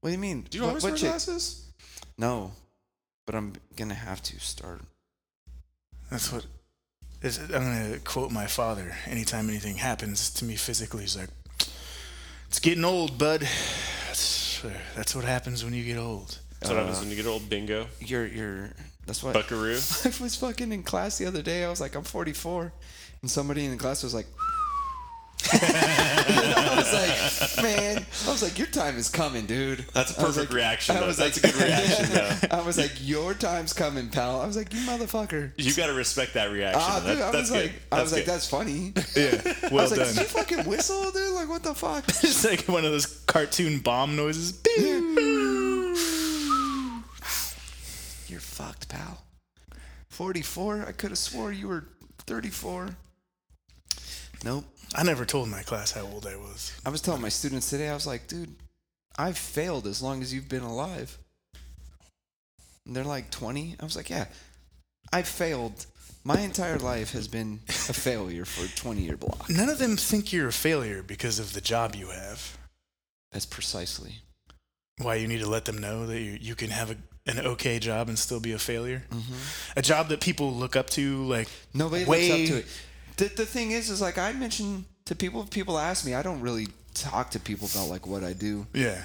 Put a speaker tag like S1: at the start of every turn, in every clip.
S1: What do you mean?
S2: Do you
S1: What-
S2: always
S1: what
S2: wear
S1: chick?
S2: glasses?
S1: No, but I'm gonna have to start.
S3: That's what is. I'm gonna quote my father. Anytime anything happens to me physically, he's like, "It's getting old, bud. That's, that's what happens when you get old."
S2: That's what happens when you get old. Bingo,
S1: You're you're. That's what.
S2: buckaroo.
S1: I was fucking in class the other day. I was like, I'm 44, and somebody in the class was like. I was like, man. I was like, your time is coming, dude.
S2: That's a
S1: I was
S2: perfect
S1: like-
S2: reaction.
S1: I
S2: Though.
S1: was
S2: That's
S1: like-
S2: a good reaction, though.
S1: I was like, your time's coming, pal. I was like, you motherfucker.
S2: You got to respect that reaction.
S1: Ah,
S2: That-
S1: dude, I was
S2: that's
S1: like,
S2: good.
S1: I was like,
S2: good.
S1: that's funny.
S3: Yeah,
S1: I
S3: well
S1: was like,
S3: done.
S1: did you fucking whistle, dude? Like, what the fuck?
S3: it's like one of those cartoon bomb noises. Bing.
S1: You're fucked, pal. 44? I could have swore you were 34. Nope.
S3: I never told my class how old I was.
S1: I was telling my students today, I was like, dude, I've failed as long as you've been alive. And they're like 20. I was like, yeah, I failed. My entire life has been a failure for a 20 year block.
S3: None of them think you're a failure because of the job you have.
S1: That's precisely.
S3: Why you need to let them know that you, you can have a, an okay job and still be a failure.
S1: Mm-hmm.
S3: A job that people look up to, like
S1: Nobody looks
S3: Way-
S1: up to it. The, the thing is, is like I mentioned to people, if people ask me, I don't really talk to people about like what I do.
S3: yeah,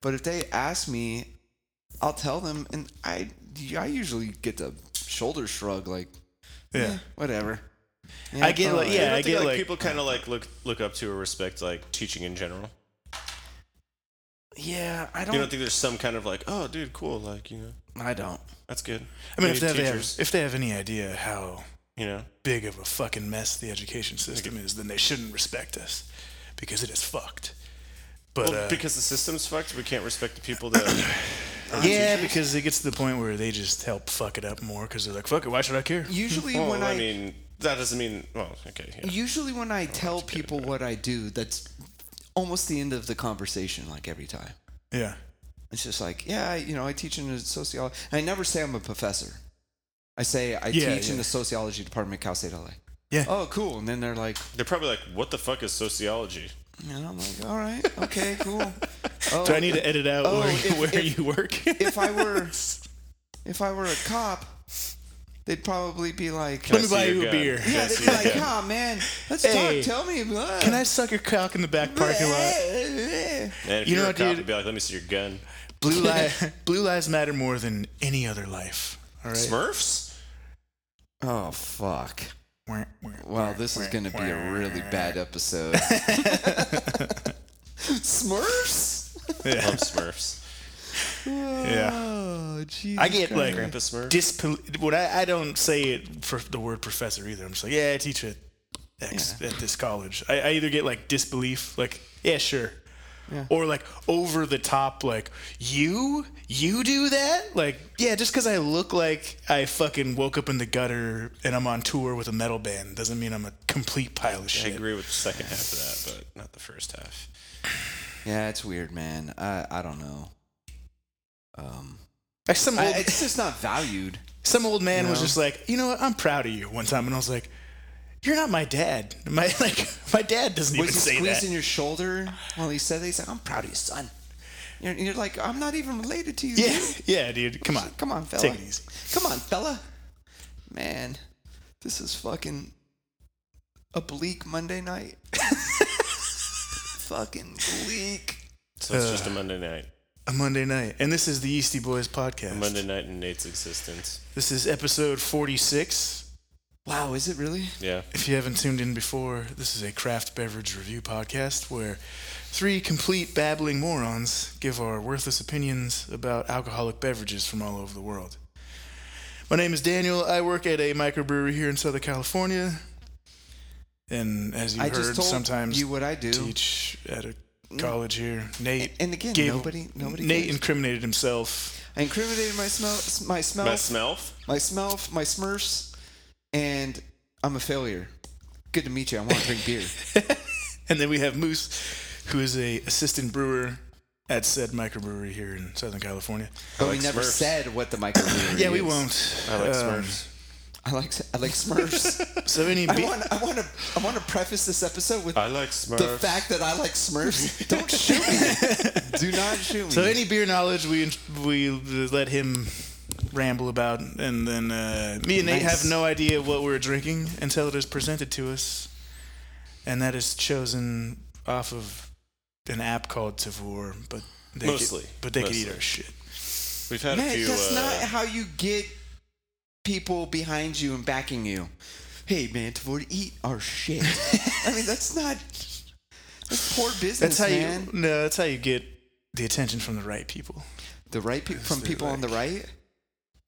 S1: But if they ask me, I'll tell them, and I I usually get the shoulder shrug, like
S3: yeah.
S1: "Eh, whatever. Yeah,
S3: I get,
S1: all
S3: like,
S1: right."
S3: yeah,
S2: You don't
S3: I
S2: think,
S3: get, like-
S2: people kind of like look look up to or respect like teaching in general.
S1: yeah. I don't.
S2: you don't think there's some kind of like, oh, dude, cool, like you know,
S1: I don't.
S2: that's good.
S3: I mean,
S2: We
S3: if
S2: need
S3: they, have,
S2: teachers,
S3: if they have any idea how
S2: you know,
S3: big of a fucking mess the education system is, then they shouldn't respect us because it is fucked. But
S2: well,
S3: uh,
S2: because the system's fucked, we can't respect the people that.
S3: yeah, because it gets to the point where they just help fuck it up more because they're like, fuck it, why should Oh, I care?
S1: Usually
S2: well,
S1: when I,
S2: I, mean, that doesn't mean. Well, okay. Yeah.
S1: usually when I tell people what I do, that's almost the end of the conversation. Like every time,
S3: Yeah,
S1: it's just like yeah, I, you know, I teach in a sociology. I never say I'm a professor. I say I
S3: Yeah,
S1: teach in
S3: yeah.
S1: the sociology department at Cal State LA.
S3: yeah.
S1: Oh, cool. And then they're like,
S2: They're probably like, what the fuck is sociology?
S1: and I'm like, all right, okay, cool. Oh,
S3: Do I need to edit out
S1: Oh,
S3: where,
S1: if-
S3: where
S1: if-
S3: you work?
S1: if I were if I were a cop, they'd probably be like,
S3: Let me
S2: see
S3: buy
S2: your
S3: you a
S2: gun.
S3: beer.
S1: yeah,
S2: I
S1: they'd be
S2: see your
S1: like,
S2: gun.
S1: oh man, let's
S3: Hey,
S1: talk. Tell me, blah,
S3: Can I suck your cock in the back parking lot?
S1: lot?
S2: And if you are
S3: You know
S2: a
S3: what,
S2: cop,
S3: dude?
S2: it'd be like, let me see your gun.
S3: Blue, li- blue lives matter more than any other life. All right.
S2: Smurfs?
S1: Oh fuck! Wow, this is gonna be a really bad episode. Smurfs?
S2: I love Smurfs.
S1: Oh, Jesus
S3: I get like
S1: Christ.
S2: Grandpa Smurf.
S3: dispel. What I, I don't say it for the word professor either. I'm just like, yeah, I teach at X at this college. I, I either get like disbelief, like yeah, sure,
S1: Yeah.
S3: or like over the top, like you you do that, like yeah, just because I look like I fucking woke up in the gutter and I'm on tour with a metal band doesn't mean I'm a complete pile of
S2: I
S3: shit.
S2: agree with the second half of that, but not the first half.
S1: yeah, it's weird, man. I I don't know. Um,
S3: Like some
S1: I-
S3: old
S1: it's just not valued.
S3: some old man was
S1: No.
S3: just like, you know what, I'm proud of you. One time, and I was like. You're not my dad. My like my dad doesn't
S1: Was
S3: even
S1: he
S3: say that.
S1: squeezing your shoulder while he said that? He's like, I'm proud of you, son. You're, you're like, I'm not even related to you.
S3: Yeah,
S1: dude."
S3: yeah, dude. Come on.
S1: Come on, fella.
S3: Take it easy.
S1: Come on, fella. Man, this is fucking a bleak Monday night. fucking bleak.
S2: So it's just a Monday night.
S3: A Monday night. And this is the Eastie Boys podcast.
S2: A Monday night in Nate's existence.
S3: This is episode 46.
S1: Wow, is it really?
S2: Yeah.
S3: If you haven't tuned in before, this is a craft beverage review podcast where three complete babbling morons give our worthless opinions about alcoholic beverages from all over the world. My name is Daniel. I work at a microbrewery here in Southern California. And as you
S1: I
S3: heard,
S1: just told
S3: sometimes
S1: you what I do. Mm.
S3: teach at a college here. Nate
S1: And again,
S3: gave-
S1: nobody, nobody.
S3: Nate
S1: cares.
S3: incriminated himself
S1: I incriminated my smell, my smell,
S2: My Smelf?
S1: my smell, my smurfs, and I'm a failure. Good to meet you. I want to drink beer.
S3: And then we have Moose, who is a assistant brewer at said microbrewery here in Southern California.
S1: But
S2: I
S1: we
S2: like
S1: never
S2: Smurfs.
S1: said what the microbrewery
S3: Yeah, we
S1: is.
S3: won't.
S2: I like
S3: Um,
S2: Smurfs.
S1: I like I like Smurfs.
S3: So any
S1: I
S3: be-
S1: want I want to I want to preface this episode with
S2: I like
S1: the
S2: Smurfs.
S1: fact that I like Smurfs. Don't shoot me. Do not shoot me.
S3: so any beer knowledge we we let him ramble about, and then uh, me and
S1: Nice.
S3: Nate have no idea what we're drinking until it is presented to us, and that is chosen off of an app called Tavor, but they could-
S2: Mostly.
S3: but they could
S2: Mostly.
S3: eat our shit.
S2: We've had a
S1: Matt,
S2: few.
S1: that's
S2: uh,
S1: not how you get people behind you and backing you. Hey man, Tavor, eat our shit. I mean, that's not that's poor business,
S3: That's how
S1: man.
S3: you no, that's how you get the attention from the right people.
S1: the right pe- from
S3: they're
S1: people on the
S3: like-
S1: right.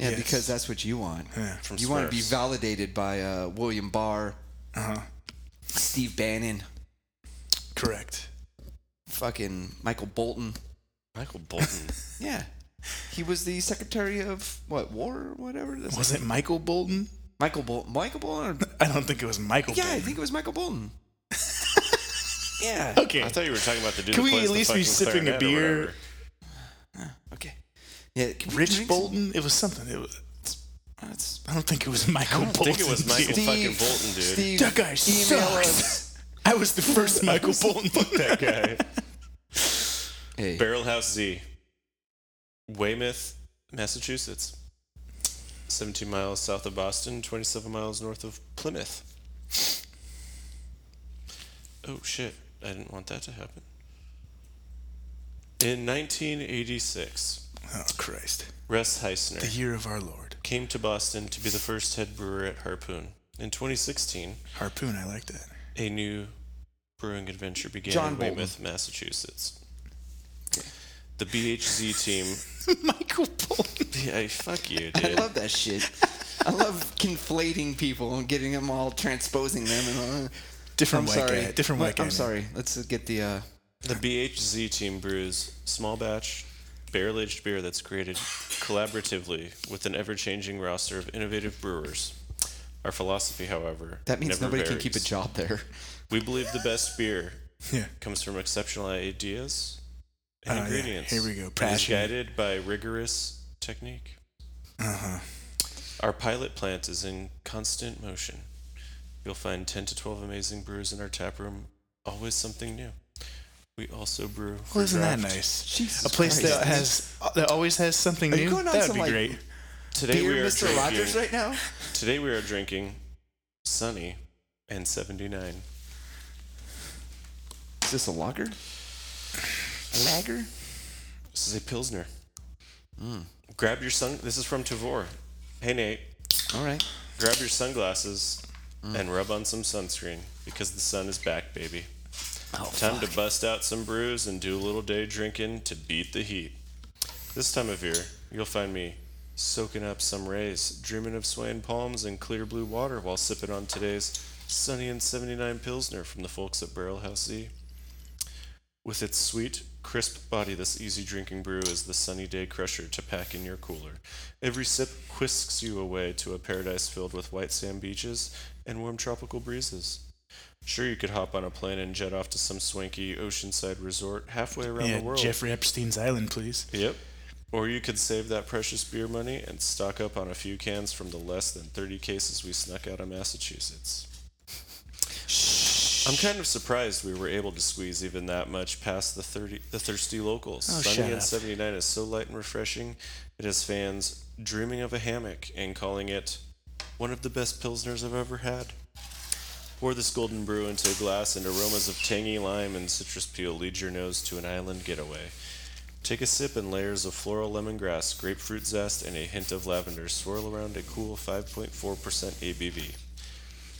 S1: Yeah,
S3: Yes.
S1: because that's what you want.
S3: Yeah.
S2: from
S1: You want to be
S2: Smurfs.
S1: validated by uh, William Barr,
S3: Uh huh.
S1: Steve Bannon,
S3: Correct.
S1: fucking Michael Bolton.
S2: Michael Bolton.
S1: Yeah. He was the Secretary of what War or whatever. That's
S3: Was it Michael Bolton?
S1: Michael Bolton. Michael Bolton. Or,
S3: I don't think it was Michael.
S1: yeah,
S3: Bolton.
S1: I think it was Michael Bolton. yeah.
S3: Okay.
S2: I thought you were talking about the dude.
S3: Can
S2: that
S3: we
S2: plays
S3: at
S2: the
S3: least be
S2: fucking
S3: sipping a
S2: clarinet or
S3: beer?
S2: whatever.
S1: Ah, Okay. Yeah. Can we
S3: Rich
S1: drink
S3: Bolton? It was something. It was,
S1: some- That's
S3: I don't think it was Michael Bolton.
S2: think it was Michael
S3: dude.
S2: fucking Bolton, dude.
S1: Steve,
S3: That guy
S1: email
S3: sucks.
S1: us.
S3: I was the first Michael Bolton. Fuck that
S2: Okay.
S1: Hey,
S2: Barrelhouse Z, Weymouth, Massachusetts. 17 miles south of Boston, 27 miles north of Plymouth. Oh shit, I didn't want that to happen. In 1986,
S3: Oh Christ!
S2: Russ
S3: The
S2: Heisner
S3: year of our Lord.
S2: came to Boston to be the first head brewer at Harpoon. In 2016,
S3: Harpoon. I like that.
S2: a new brewing adventure began
S1: John
S2: in
S1: Bolton.
S2: Weymouth, Massachusetts. The BHZ team
S3: Michael Bolton.
S2: Yeah, fuck you,
S1: I
S2: dude.
S1: love that shit. I love conflating people and getting them all transposing them and. Uh,
S3: Different
S1: I'm
S3: white
S1: sorry.
S3: guy. Different
S1: Wait,
S3: white guy.
S1: I'm sorry. Let's uh, get the. Uh,
S2: the BHZ team brews small batch, barrel aged beer that's created collaboratively with an ever changing roster of innovative brewers. Our philosophy, however,
S1: that means
S2: never
S1: nobody can keep a
S2: varies.
S1: job there.
S2: We believe the best beer
S3: Yeah.
S2: comes from exceptional ideas
S3: Oh,
S2: and
S3: yeah.
S2: ingredients.
S3: Here we go.
S2: and is
S3: Passion.
S2: guided by rigorous technique.
S3: Uh huh.
S2: Our pilot plant is in constant motion. You'll find 10 to 12 amazing brews in our tap room, always something new. We also brew.
S3: Well,
S2: for
S3: isn't that
S2: draft.
S3: nice?
S1: Jesus
S3: a place that has that always has something
S1: Are you
S3: new.
S1: going on
S3: that would
S1: some,
S3: be
S1: like,
S3: great.
S2: Today
S1: Dear
S2: we are
S1: Mr.
S2: drinking,
S1: Rogers right now.
S2: Today we are drinking Sunny and 79.
S1: Is this a lager? Lager?
S2: This is a Pilsner. Grab your sun. This is from Tavor. Hey, Nate.
S1: All right.
S2: Grab your sunglasses and rub on some sunscreen because the sun is back, baby.
S1: Oh,
S2: Time to bust out some brews and do a little day drinking to beat the heat. This time of year, you'll find me soaking up some rays, dreaming of swaying palms and clear blue water while sipping on today's Sunny and 79 Pilsner from the folks at E. Barrelhouse Z. With its sweet, crisp body, this easy drinking brew is the sunny day crusher to pack in your cooler. Every sip whisks you away to a paradise filled with white sand beaches and warm tropical breezes. Sure, you could hop on a plane and jet off to some swanky oceanside resort halfway around
S3: Yeah,
S2: the world.
S3: Jeffrey Epstein's Island, please.
S2: Yep. Or you could save that precious beer money and stock up on a few cans from the less than 30 cases we snuck out of Massachusetts. I'm kind of surprised we were able to squeeze even that much past the 30 the thirsty locals.
S3: Oh,
S2: Sunny
S3: shut
S2: and
S3: up.
S2: 79 is so light and refreshing. It has fans dreaming of a hammock and calling it one of the best pilsners I've ever had. Pour this golden brew into a glass, and aromas of tangy lime and citrus peel lead your nose to an island getaway. Take a sip, and layers of floral lemongrass, grapefruit zest, and a hint of lavender swirl around a cool 5.4% ABV.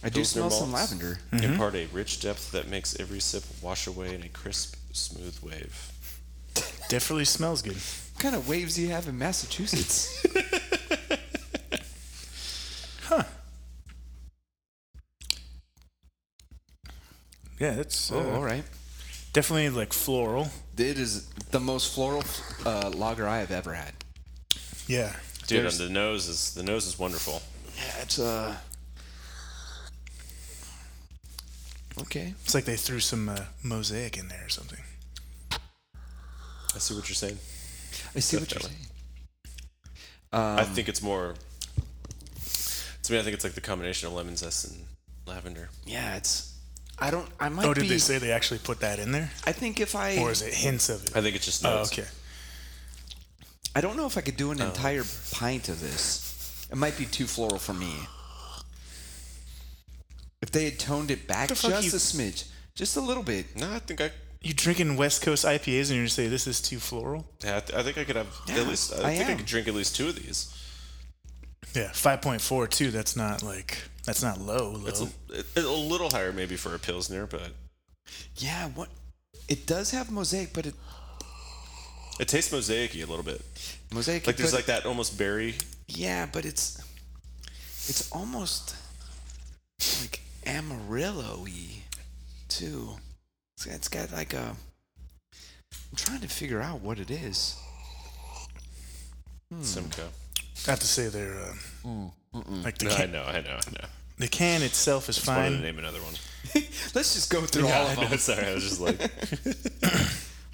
S1: I do
S2: Pilsner
S1: smell some
S2: malts.
S1: lavender.
S2: Impart a rich depth that makes every sip wash away in a crisp, smooth wave.
S3: Definitely smells good.
S1: What kind of waves do you have in Massachusetts?
S3: Yeah, it's uh,
S1: oh, all right.
S3: definitely like floral.
S1: It is the most floral uh, lager I have ever had.
S3: Yeah,
S2: Dude,
S1: There's-
S2: and the nose is the nose is wonderful.
S1: Yeah, it's uh. Okay.
S3: it's like they threw some uh, mosaic in there or something.
S2: I see what you're saying.
S1: I see what you're
S2: Definitely.
S1: saying.
S2: I think it's more. It's To me, I think it's like the combination of lemon zest and lavender.
S1: Yeah, it's. I don't. I might
S3: Oh, did
S1: be.
S3: they say they actually put that in there,
S1: I think if I.
S3: or is it hints of it?
S2: I think it's just
S3: Oh,
S2: notes.
S3: okay.
S1: I don't know if I could do an entire pint of this. It might be too floral for me. If they had toned it back
S3: The
S1: just
S3: fuck you-
S1: a smidge, just a little bit.
S2: No, I think I.
S3: You drinking West Coast IPAs and you say this is too floral?
S2: Yeah, I, th- I think I could have
S1: Yeah,
S2: at least. I,
S1: I
S2: think I
S1: am.
S2: could drink at least two of these.
S3: Yeah, five point four too. That's not like that's not low. low.
S2: It's a,
S1: Oh.
S2: it, a little higher maybe for a pilsner, but
S1: Yeah, what? It does have mosaic, but it
S2: it tastes mosaicy a little bit.
S1: mosaic.
S2: Like there's
S1: but-
S2: like that almost berry.
S1: Yeah, but it's it's almost like amarillo-y too. It's got, it's got like a. I'm trying to figure out what it is. Hmm.
S2: Simcoe.
S3: I have to say they're uh, like the
S2: No, I
S3: can,
S2: know, I know, I know.
S3: the can itself is
S2: I wanted to
S3: fine.
S2: name another one.
S1: Let's just go through all of
S2: I know,
S1: them.
S2: sorry, I was just like,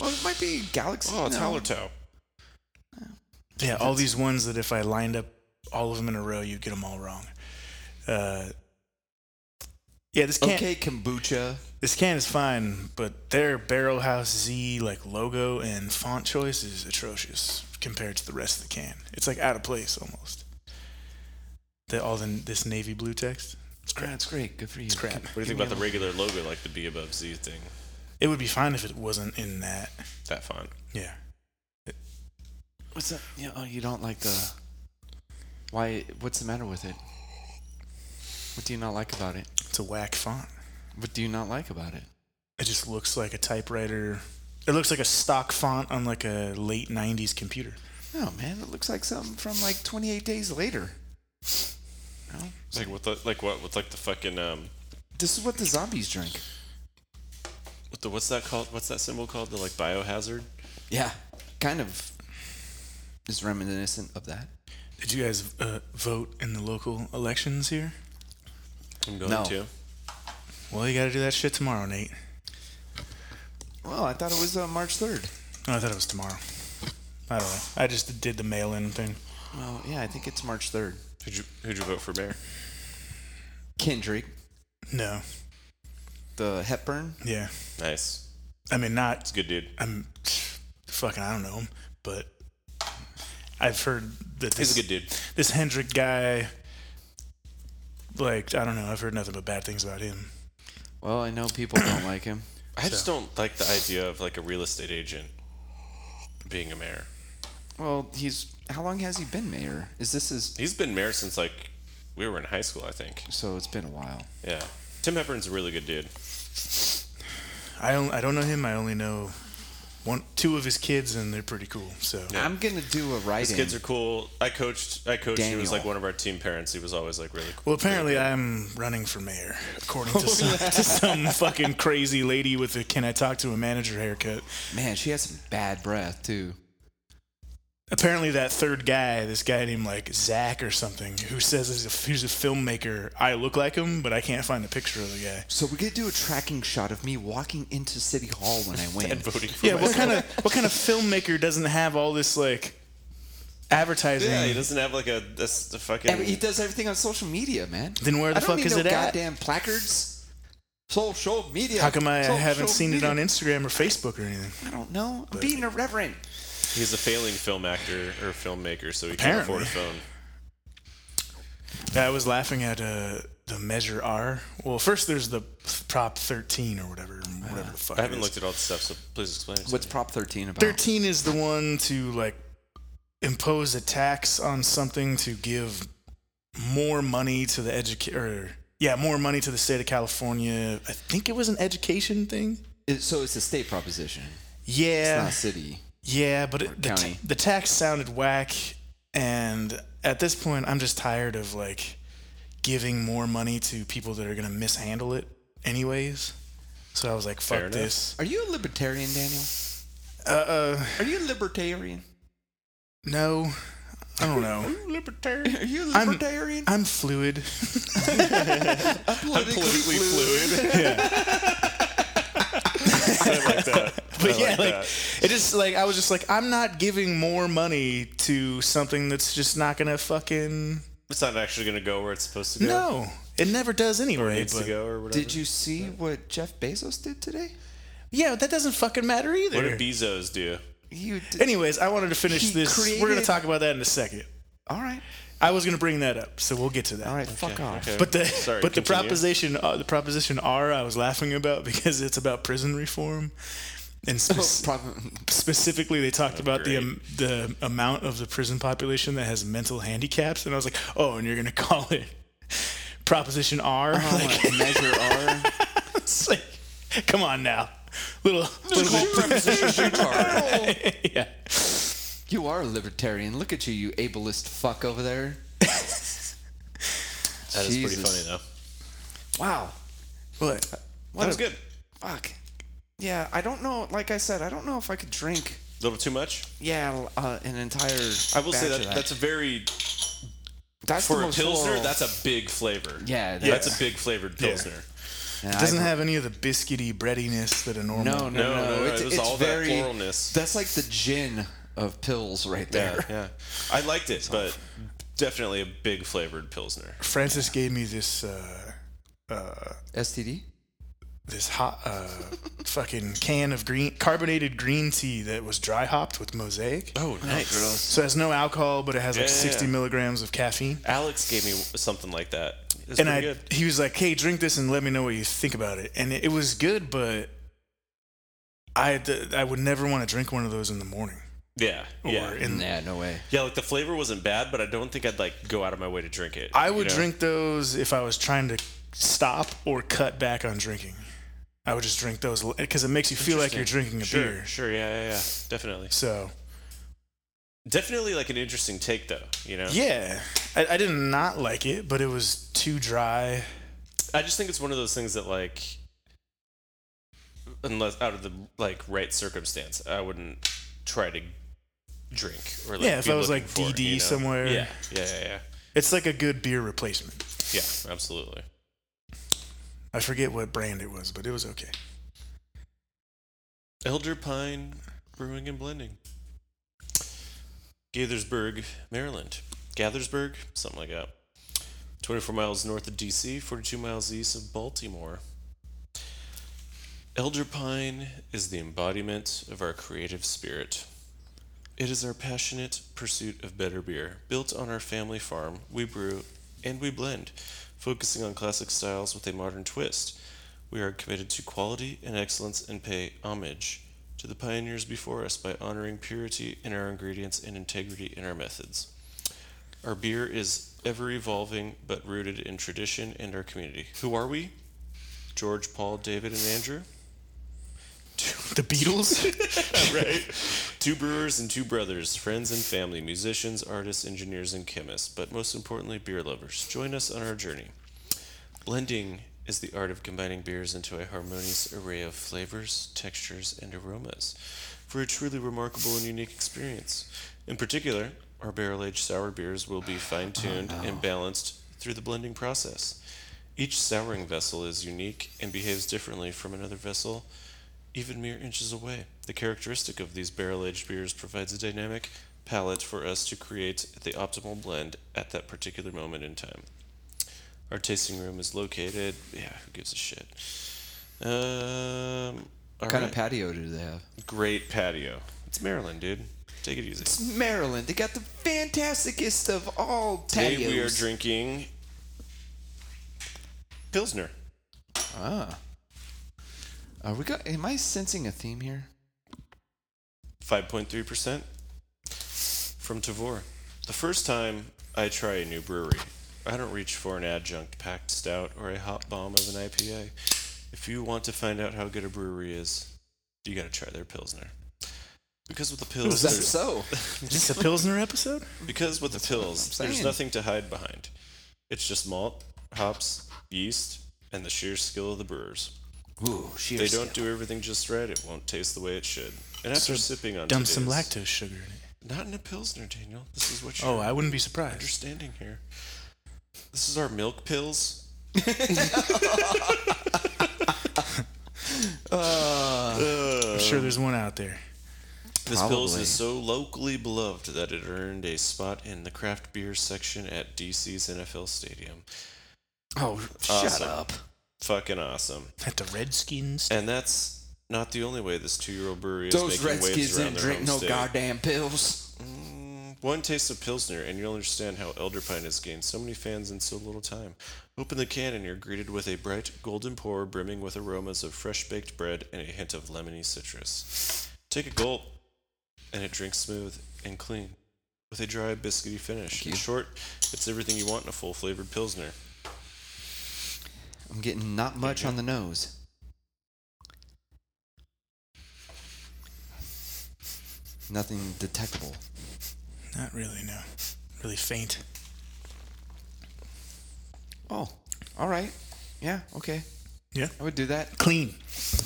S1: Well, it might be Galaxy.
S2: oh, it's
S1: no.
S2: Howler Toe.
S3: Yeah, all these ones that if I lined up all of them in a row, you'd get them all wrong. Uh, yeah, this can
S1: Okay, kombucha.
S3: this can is fine, but their Barrel House Z like logo and font choice is atrocious compared to the rest of the can. It's like out of place almost. The, all the this navy blue text,
S1: It's crap. It's great. Good for you. It's
S3: crap.
S2: What do you think about the regular logo, like the B above Z thing?
S3: It would be fine if it wasn't in that.
S2: That font.
S3: Yeah.
S1: What's that? Yeah, oh, you don't like the. Why? What's the matter with it? What do you not like about it?
S3: It's a whack font.
S1: What do you not like about it?
S3: It just looks like a typewriter. It looks like a stock font on like a late 90s computer.
S1: No, Oh, man, it looks like something from like 28 days later. No?
S2: It's like what the like what with like the fucking um
S1: This is what the zombies drink.
S2: what the what's that called? What's that symbol called? The like biohazard?
S1: Yeah, kind of is reminiscent of that.
S3: Did you guys uh, vote in the local elections here?
S2: I'm going
S1: No.
S2: to.
S3: Well, you got to do that shit tomorrow, Nate.
S1: Well, I thought it was uh, March 3rd.
S3: Oh, I thought it was tomorrow. I don't know. I just did the mail in thing.
S1: Well, yeah, I think it's March 3rd.
S2: Who'd you who'd you vote for mayor?
S1: Kendrick,
S3: No.
S1: the Hepburn.
S3: Yeah.
S2: Nice.
S3: I mean, not.
S2: It's good dude.
S3: I'm. Fucking, I don't know him, but I've heard that this,
S2: He's a good dude.
S3: this Hendrick guy, like, I don't know. I've heard nothing but bad things about him.
S1: Well, I know people don't like him.
S2: I just don't like the idea of like a real estate agent being a mayor.
S1: Well, he's. How long has he been mayor? Is this his.
S2: He's been mayor since like we were in high school, I think.
S1: So it's been a while.
S2: Yeah. Tim Hepburn's a really good dude.
S3: I don't, I don't know him. I only know one, two of his kids, and they're pretty cool. So
S1: I'm going to do a write
S2: His kids are cool. I coached I coached he was
S1: Daniel.
S2: like one of our team parents. He was always like really cool.
S3: Well, apparently I'm running for mayor, according to some, to some fucking crazy lady with a "Can I talk to a manager?" haircut.
S1: Man, she has some bad breath, too.
S3: Apparently, that third guy, this guy named like Zach or something, who says he's a, he's a filmmaker. I look like him, but I can't find a picture of the guy.
S1: So we're gonna do a tracking shot of me walking into City Hall when I win.
S2: And voting for
S3: Yeah, what
S2: myself.
S3: kind of what kind of filmmaker doesn't have all this like advertising?
S2: Yeah, he doesn't have like a, a, s- a fucking
S1: Every- he does everything on social media, man.
S3: Then where the
S1: I don't
S3: fuck
S1: need
S3: is
S1: no
S3: it at?
S1: goddamn placards. Social media.
S3: How come I
S1: Social
S3: haven't seen it
S1: media.
S3: on Instagram or Facebook or anything?
S1: I don't know. I'm being irreverent.
S2: He's a failing film actor or filmmaker, so he
S3: Apparently.
S2: can't afford a phone.
S3: I was laughing at uh, the Measure R. Well, first there's the Prop 13 or whatever, whatever the fuck.
S2: I
S3: it
S2: haven't
S3: is.
S2: looked at all the stuff, so please explain. it to
S1: What's
S2: me.
S1: Prop 13 about?
S3: 13 is the one to like impose a tax on something to give more money to the educator. Yeah, more money to the state of California. I think it was an education thing.
S1: It- so it's a state proposition. It's
S3: Yeah,
S1: not a city.
S3: yeah, but it, the,
S1: county.
S3: ta- the tax sounded whack, and at this point, I'm just tired of like giving more money to people that are gonna mishandle it, anyways. So I was like,
S2: Fair
S3: "Fuck
S2: enough.
S3: this."
S1: Are you a libertarian, Daniel?
S3: Uh, uh,
S1: Are you a libertarian?
S3: no, I don't know.
S1: Libertarian. Are you a
S3: I'm-
S1: libertarian?
S3: I'm fluid.
S1: I'm politically,
S2: politically
S1: fluid.
S2: fluid.
S3: Yeah.
S2: I like that.
S3: But
S2: I
S3: yeah, like,
S2: that.
S3: it just like I was just like I'm not giving more money to something that's just not gonna fucking
S2: It's not actually going to go where it's supposed to go.
S3: No, it never does
S2: Where it
S3: anyway.
S2: needs
S3: But
S2: to go or whatever.
S1: Did you see what Jeff Bezos did today?
S3: yeah, that doesn't fucking matter either.
S2: What did Bezos do?
S1: You did,
S3: Anyways, I wanted to finish
S1: He
S3: this. We're gonna
S1: created-
S3: talk about that in a second.
S1: all right,
S3: I was gonna bring that up, so we'll get to that.
S1: all right, fuck
S2: Okay,
S1: off.
S2: okay.
S3: But the
S2: Sorry,
S3: but the
S2: continue.
S3: proposition uh, the proposition R I was laughing about because it's about prison reform, and spec-
S1: Problem-
S3: specifically they talked about the
S2: Oh, great.
S3: um, the amount of the prison population that has mental handicaps, and I was like, oh, and you're gonna call it Proposition R?
S1: Oh,
S3: Like,
S1: measure R.
S3: it's like, come on now, little,
S1: It's
S3: little
S1: called Proposition Retard.
S3: bit, yeah.
S1: You are a libertarian. Look at you, you ableist fuck over there.
S2: That is
S1: Jesus.
S2: pretty funny
S1: Wow.
S3: What?
S2: though. That was
S1: a-
S2: good.
S1: Fuck. Yeah, I don't know. Like I said, I don't know if I could drink.
S2: A little too much.
S1: Yeah, uh, an entire.
S2: I will
S1: batch
S2: say that,
S1: of that.
S2: that's a very
S1: That's
S2: for
S1: the
S2: a
S1: most
S2: pilsner.
S1: floral.
S2: That's a big flavor.
S1: Yeah,
S2: that's,
S1: that's-
S2: a big flavored pilsner.
S1: And I
S3: Doesn't
S1: don't-
S3: have any of the biscuity breadiness that a normal.
S1: No, no, no.
S2: No, no, no,
S1: It's,
S2: it was
S1: it's
S2: all that
S1: very.
S2: floralness.
S1: That's like the gin of pills, right there.
S2: Yeah, yeah. I liked it, but definitely a big flavored pilsner.
S3: Francis gave me this uh,
S1: STD.
S3: this hot uh, fucking can of green carbonated green tea that was dry hopped with mosaic.
S2: Oh, nice.
S3: So it has no alcohol, but it has like
S2: Yeah, yeah,
S3: 60
S2: yeah.
S3: milligrams of caffeine.
S2: Alex gave me something like that. It was
S3: and
S2: pretty
S3: I,
S2: good.
S3: he was like, "Hey, drink this and let me know what you think about it." And it, it was good, but I, th- I would never want to drink one of those in the morning.
S2: Yeah, yeah,
S3: Or in,
S1: Yeah, no way.
S2: yeah. Like the flavor wasn't bad, but I don't think I'd like go out of my way to drink it.
S3: I
S2: you
S3: would
S2: know?
S3: drink those if I was trying to stop or cut back on drinking. I would just drink those because it makes you feel like you're drinking a
S2: sure,
S3: beer.
S2: Sure, yeah, yeah, yeah, definitely,
S3: So
S2: definitely like an interesting take though. You know,
S3: yeah, I, I did not like it, but it was too dry.
S2: I just think it's one of those things that like, unless out of the like right circumstance, I wouldn't try to drink or like
S3: Yeah, if
S2: be
S3: I was,
S2: looking
S3: like,
S2: for it,
S3: DD
S2: you know?
S3: somewhere.
S2: Yeah, yeah, yeah, yeah,
S3: It's like a good beer replacement.
S2: yeah, absolutely.
S3: I forget what brand it was, but it was okay.
S2: Elder Pine Brewing and Blending. Gaithersburg, Maryland. Gathersburg, something like that. 24 miles north of DC, 42 miles east of Baltimore. Elder Pine is the embodiment of our creative spirit. It is our passionate pursuit of better beer. Built on our family farm, we brew and we blend, focusing on classic styles with a modern twist. We are committed to quality and excellence and pay homage to the pioneers before us by honoring purity in our ingredients and integrity in our methods. Our beer is ever evolving but rooted in tradition and our community. Who are we? George, Paul, David, and Andrew?
S3: The Beatles?
S2: right? Two brewers and two brothers, friends and family, musicians, artists, engineers, and chemists, but most importantly, beer lovers. Join us on our journey. Blending is the art of combining beers into a harmonious array of flavors, textures, and aromas for a truly remarkable and unique experience. In particular, our barrel aged sour beers will be fine tuned and balanced through the blending process. Each souring vessel is unique and behaves differently from another vessel even mere inches away. The characteristic of these barrel aged beers provides a dynamic palette for us to create the optimal blend at that particular moment in time. Our tasting room is located. Yeah, who gives a shit? Um, all
S1: What kind
S2: right.
S1: of patio do they have?
S2: great patio. It's Maryland, dude. Take it easy.
S1: Maryland. They got the fantasticest of all
S2: Today
S1: patios.
S2: we are drinking Pilsner.
S1: ah. Are we got? Am I sensing a theme here?
S2: 5.3% from Tavor. The first time I try a new brewery, I don't reach for an adjunct packed stout or a hot bomb of an IPA. If you want to find out how good a brewery is, you gotta try their Pilsner. Because with the
S1: Is
S2: pills,
S1: that
S2: there's,
S1: so?
S3: Is this a Pilsner episode?
S2: because with the pills,
S1: I'm
S2: there's
S1: saying.
S2: nothing to hide behind. It's just malt, hops, yeast, and the sheer skill of the brewers.
S1: Ooh, she
S2: They don't do everything just right. It won't taste the way it should. And after sipping on
S3: Dump some
S2: today's-
S3: lactose sugar in it.
S2: Not in a pilsner, Daniel. This is what you're
S3: Oh, I wouldn't be surprised.
S2: understanding here. This is our milk pills.
S1: Uh, Uh,
S3: Um, I'm sure there's one out there.
S2: This Pils
S1: Probably.
S2: Uh, is so locally beloved that it earned a spot in the craft beer section at DC's NFL Stadium.
S1: Oh, shut
S2: Awesome.
S1: up.
S2: Fucking awesome.
S3: At the Redskins.
S2: And that's not the only way this two-year-old brewery is
S1: Those
S2: making
S1: Redskins
S2: waves around
S1: didn't
S2: their
S1: drink
S2: home
S1: no
S2: state.
S1: goddamn pills.
S2: Mm, One taste of Pilsner, and you'll understand how Elder Pine has gained so many fans in so little time. Open the can, and you're greeted with a bright golden pour brimming with aromas of fresh baked bread and a hint of lemony citrus. Take a gulp, and it drinks smooth and clean, with a dry, biscuity finish. In
S1: you.
S2: short, it's everything you want in a full flavored Pilsner.
S1: I'm getting not much on the nose. Nothing detectable.
S3: Not really, no. Really faint.
S1: Oh, all right. Yeah, okay.
S3: Yeah.
S1: I would do that.
S3: Clean.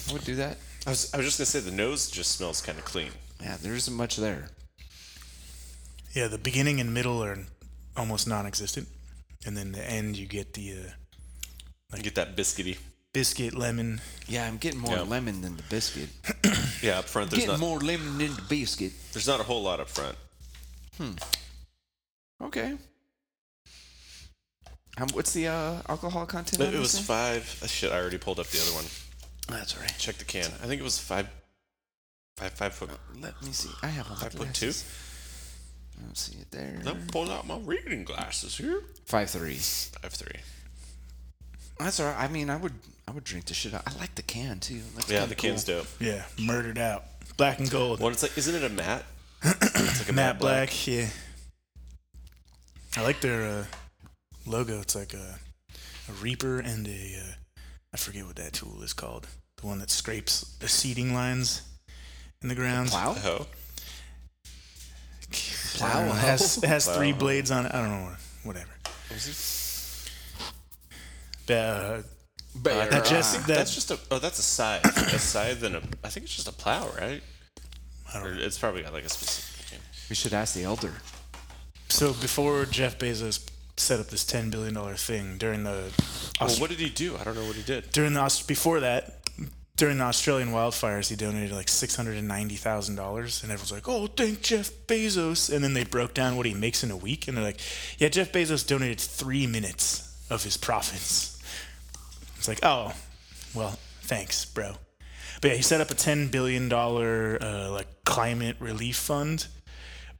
S1: I would do that.
S2: I was, I was just going to say the nose just smells kind of clean.
S1: Yeah, there isn't much there.
S3: Yeah, the beginning and middle are almost non-existent, and then the end you get the uh,
S2: You get that biscuity.
S3: biscuit lemon.
S1: Yeah, I'm getting more
S2: Yeah.
S1: lemon than the biscuit.
S2: Yeah, up front, there's
S1: getting
S2: not,
S1: more lemon than the biscuit.
S2: there's not a whole lot up front.
S1: Okay. Um, what's the uh, alcohol content? on
S2: It
S1: this
S2: was
S1: thing?
S2: five. oh, Shit, I already pulled up the other one.
S1: That's all right.
S2: Check the can. I think it was five, five, five foot.
S1: Let me see. I have all the
S2: Five foot two.
S1: glasses. I don't see it there.
S2: Let me pull out my reading glasses here.
S1: Five three.
S2: Five three.
S1: That's all right. I mean, I would, I would drink the shit out. I like the can too. It looks
S2: yeah,
S1: kinda
S2: the
S1: cool.
S2: can's dope.
S3: Yeah, murdered out. Black and gold.
S2: Well, it's like, isn't it a matte? It's like a
S3: Matte black. Yeah. I like their uh, logo. It's like a, a reaper and a uh, I forget what that tool is called. The one that scrapes the seeding lines in the ground.
S1: Plow.
S2: Oh,
S3: I don't know. It has, it has three
S2: Plow.
S3: blades on it. I don't know. Whatever. Uh,
S1: Bear.
S3: I just that,
S2: that's just a. Oh, that's a scythe. a scythe and a. I think it's just a plow, right?
S3: I don't
S2: Or it's probably got like a specific name.
S1: we should ask the elder.
S3: So before Jeff Bezos set up this ten billion dollar thing during the
S2: Well, what did he do? I don't know what he did.
S3: during the Aus- before that during the Australian wildfires he donated like six hundred and ninety thousand dollars and everyone's like oh thank Jeff Bezos and then they broke down what he makes in a week and they're like yeah Jeff Bezos donated three minutes of his profits it's like oh well thanks bro but yeah he set up a ten billion dollar uh, like climate relief fund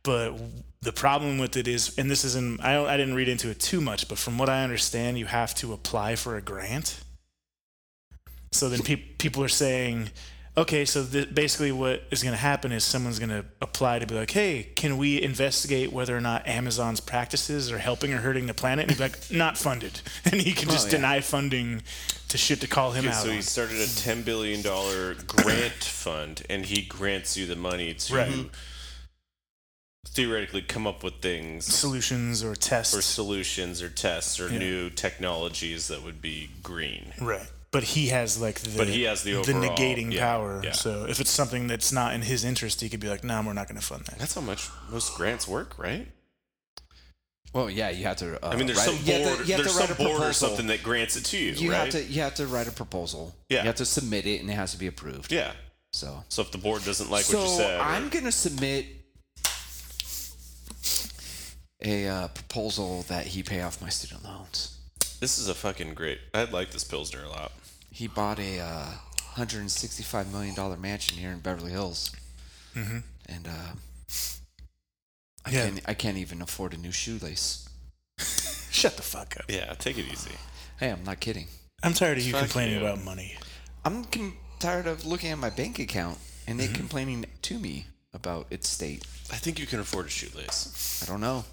S3: but the problem with it is and this isn't I, don't, I didn't read into it too much but from what i understand you have to apply for a grant so then peop people are saying okay so th- basically what is going to happen is someone's going to apply to be like hey can we investigate whether or not amazon's practices are helping or hurting the planet and he'd be like not funded and he can just
S1: yeah.
S3: deny funding to shit to call him
S2: Okay,
S3: out
S2: so
S3: on.
S2: he started a ten billion dollar grant fund, and he grants you the money to
S3: Right. Mm-hmm.
S2: theoretically come up with things
S3: solutions or tests
S2: or solutions or tests or
S3: Yeah.
S2: new technologies that would be green.
S3: Right. But he has like the
S2: But he has the overall-
S3: negating
S2: yeah,
S3: power.
S2: yeah.
S3: So if it's something that's not in his interest, he could be like, "Nah, we're not going to fund that."
S2: That's how much most grants work, right?
S1: Well, yeah, you have to. Uh,
S2: I mean, there's
S1: write-
S2: some
S1: you have to-
S2: board,
S1: you have to
S2: there's
S1: write
S2: some
S1: a
S2: board or
S1: proposal.
S2: something that grants it to you,
S1: You
S2: right?
S1: have to, you have to write a proposal.
S2: Yeah.
S1: You have to submit it, and it has to be approved.
S2: yeah.
S1: So.
S2: So if the board doesn't like
S1: so
S2: what you said, or-
S1: I'm gonna submit a uh, proposal that he pay off my student loans.
S2: this is a fucking great. I like this pilsner a lot.
S1: He bought a uh, hundred and sixty-five million dollar mansion here in Beverly Hills, and uh, I
S3: Yeah.
S1: can't. I can't even afford a new shoelace.
S3: Shut the fuck up.
S2: Yeah, take it easy.
S1: Hey, I'm not kidding.
S3: I'm tired of you
S2: Fuck
S3: complaining
S2: you.
S3: about money.
S1: I'm com- tired of looking at my bank account and they complaining to me about its state.
S2: I think you can afford a shoelace.
S1: I don't know.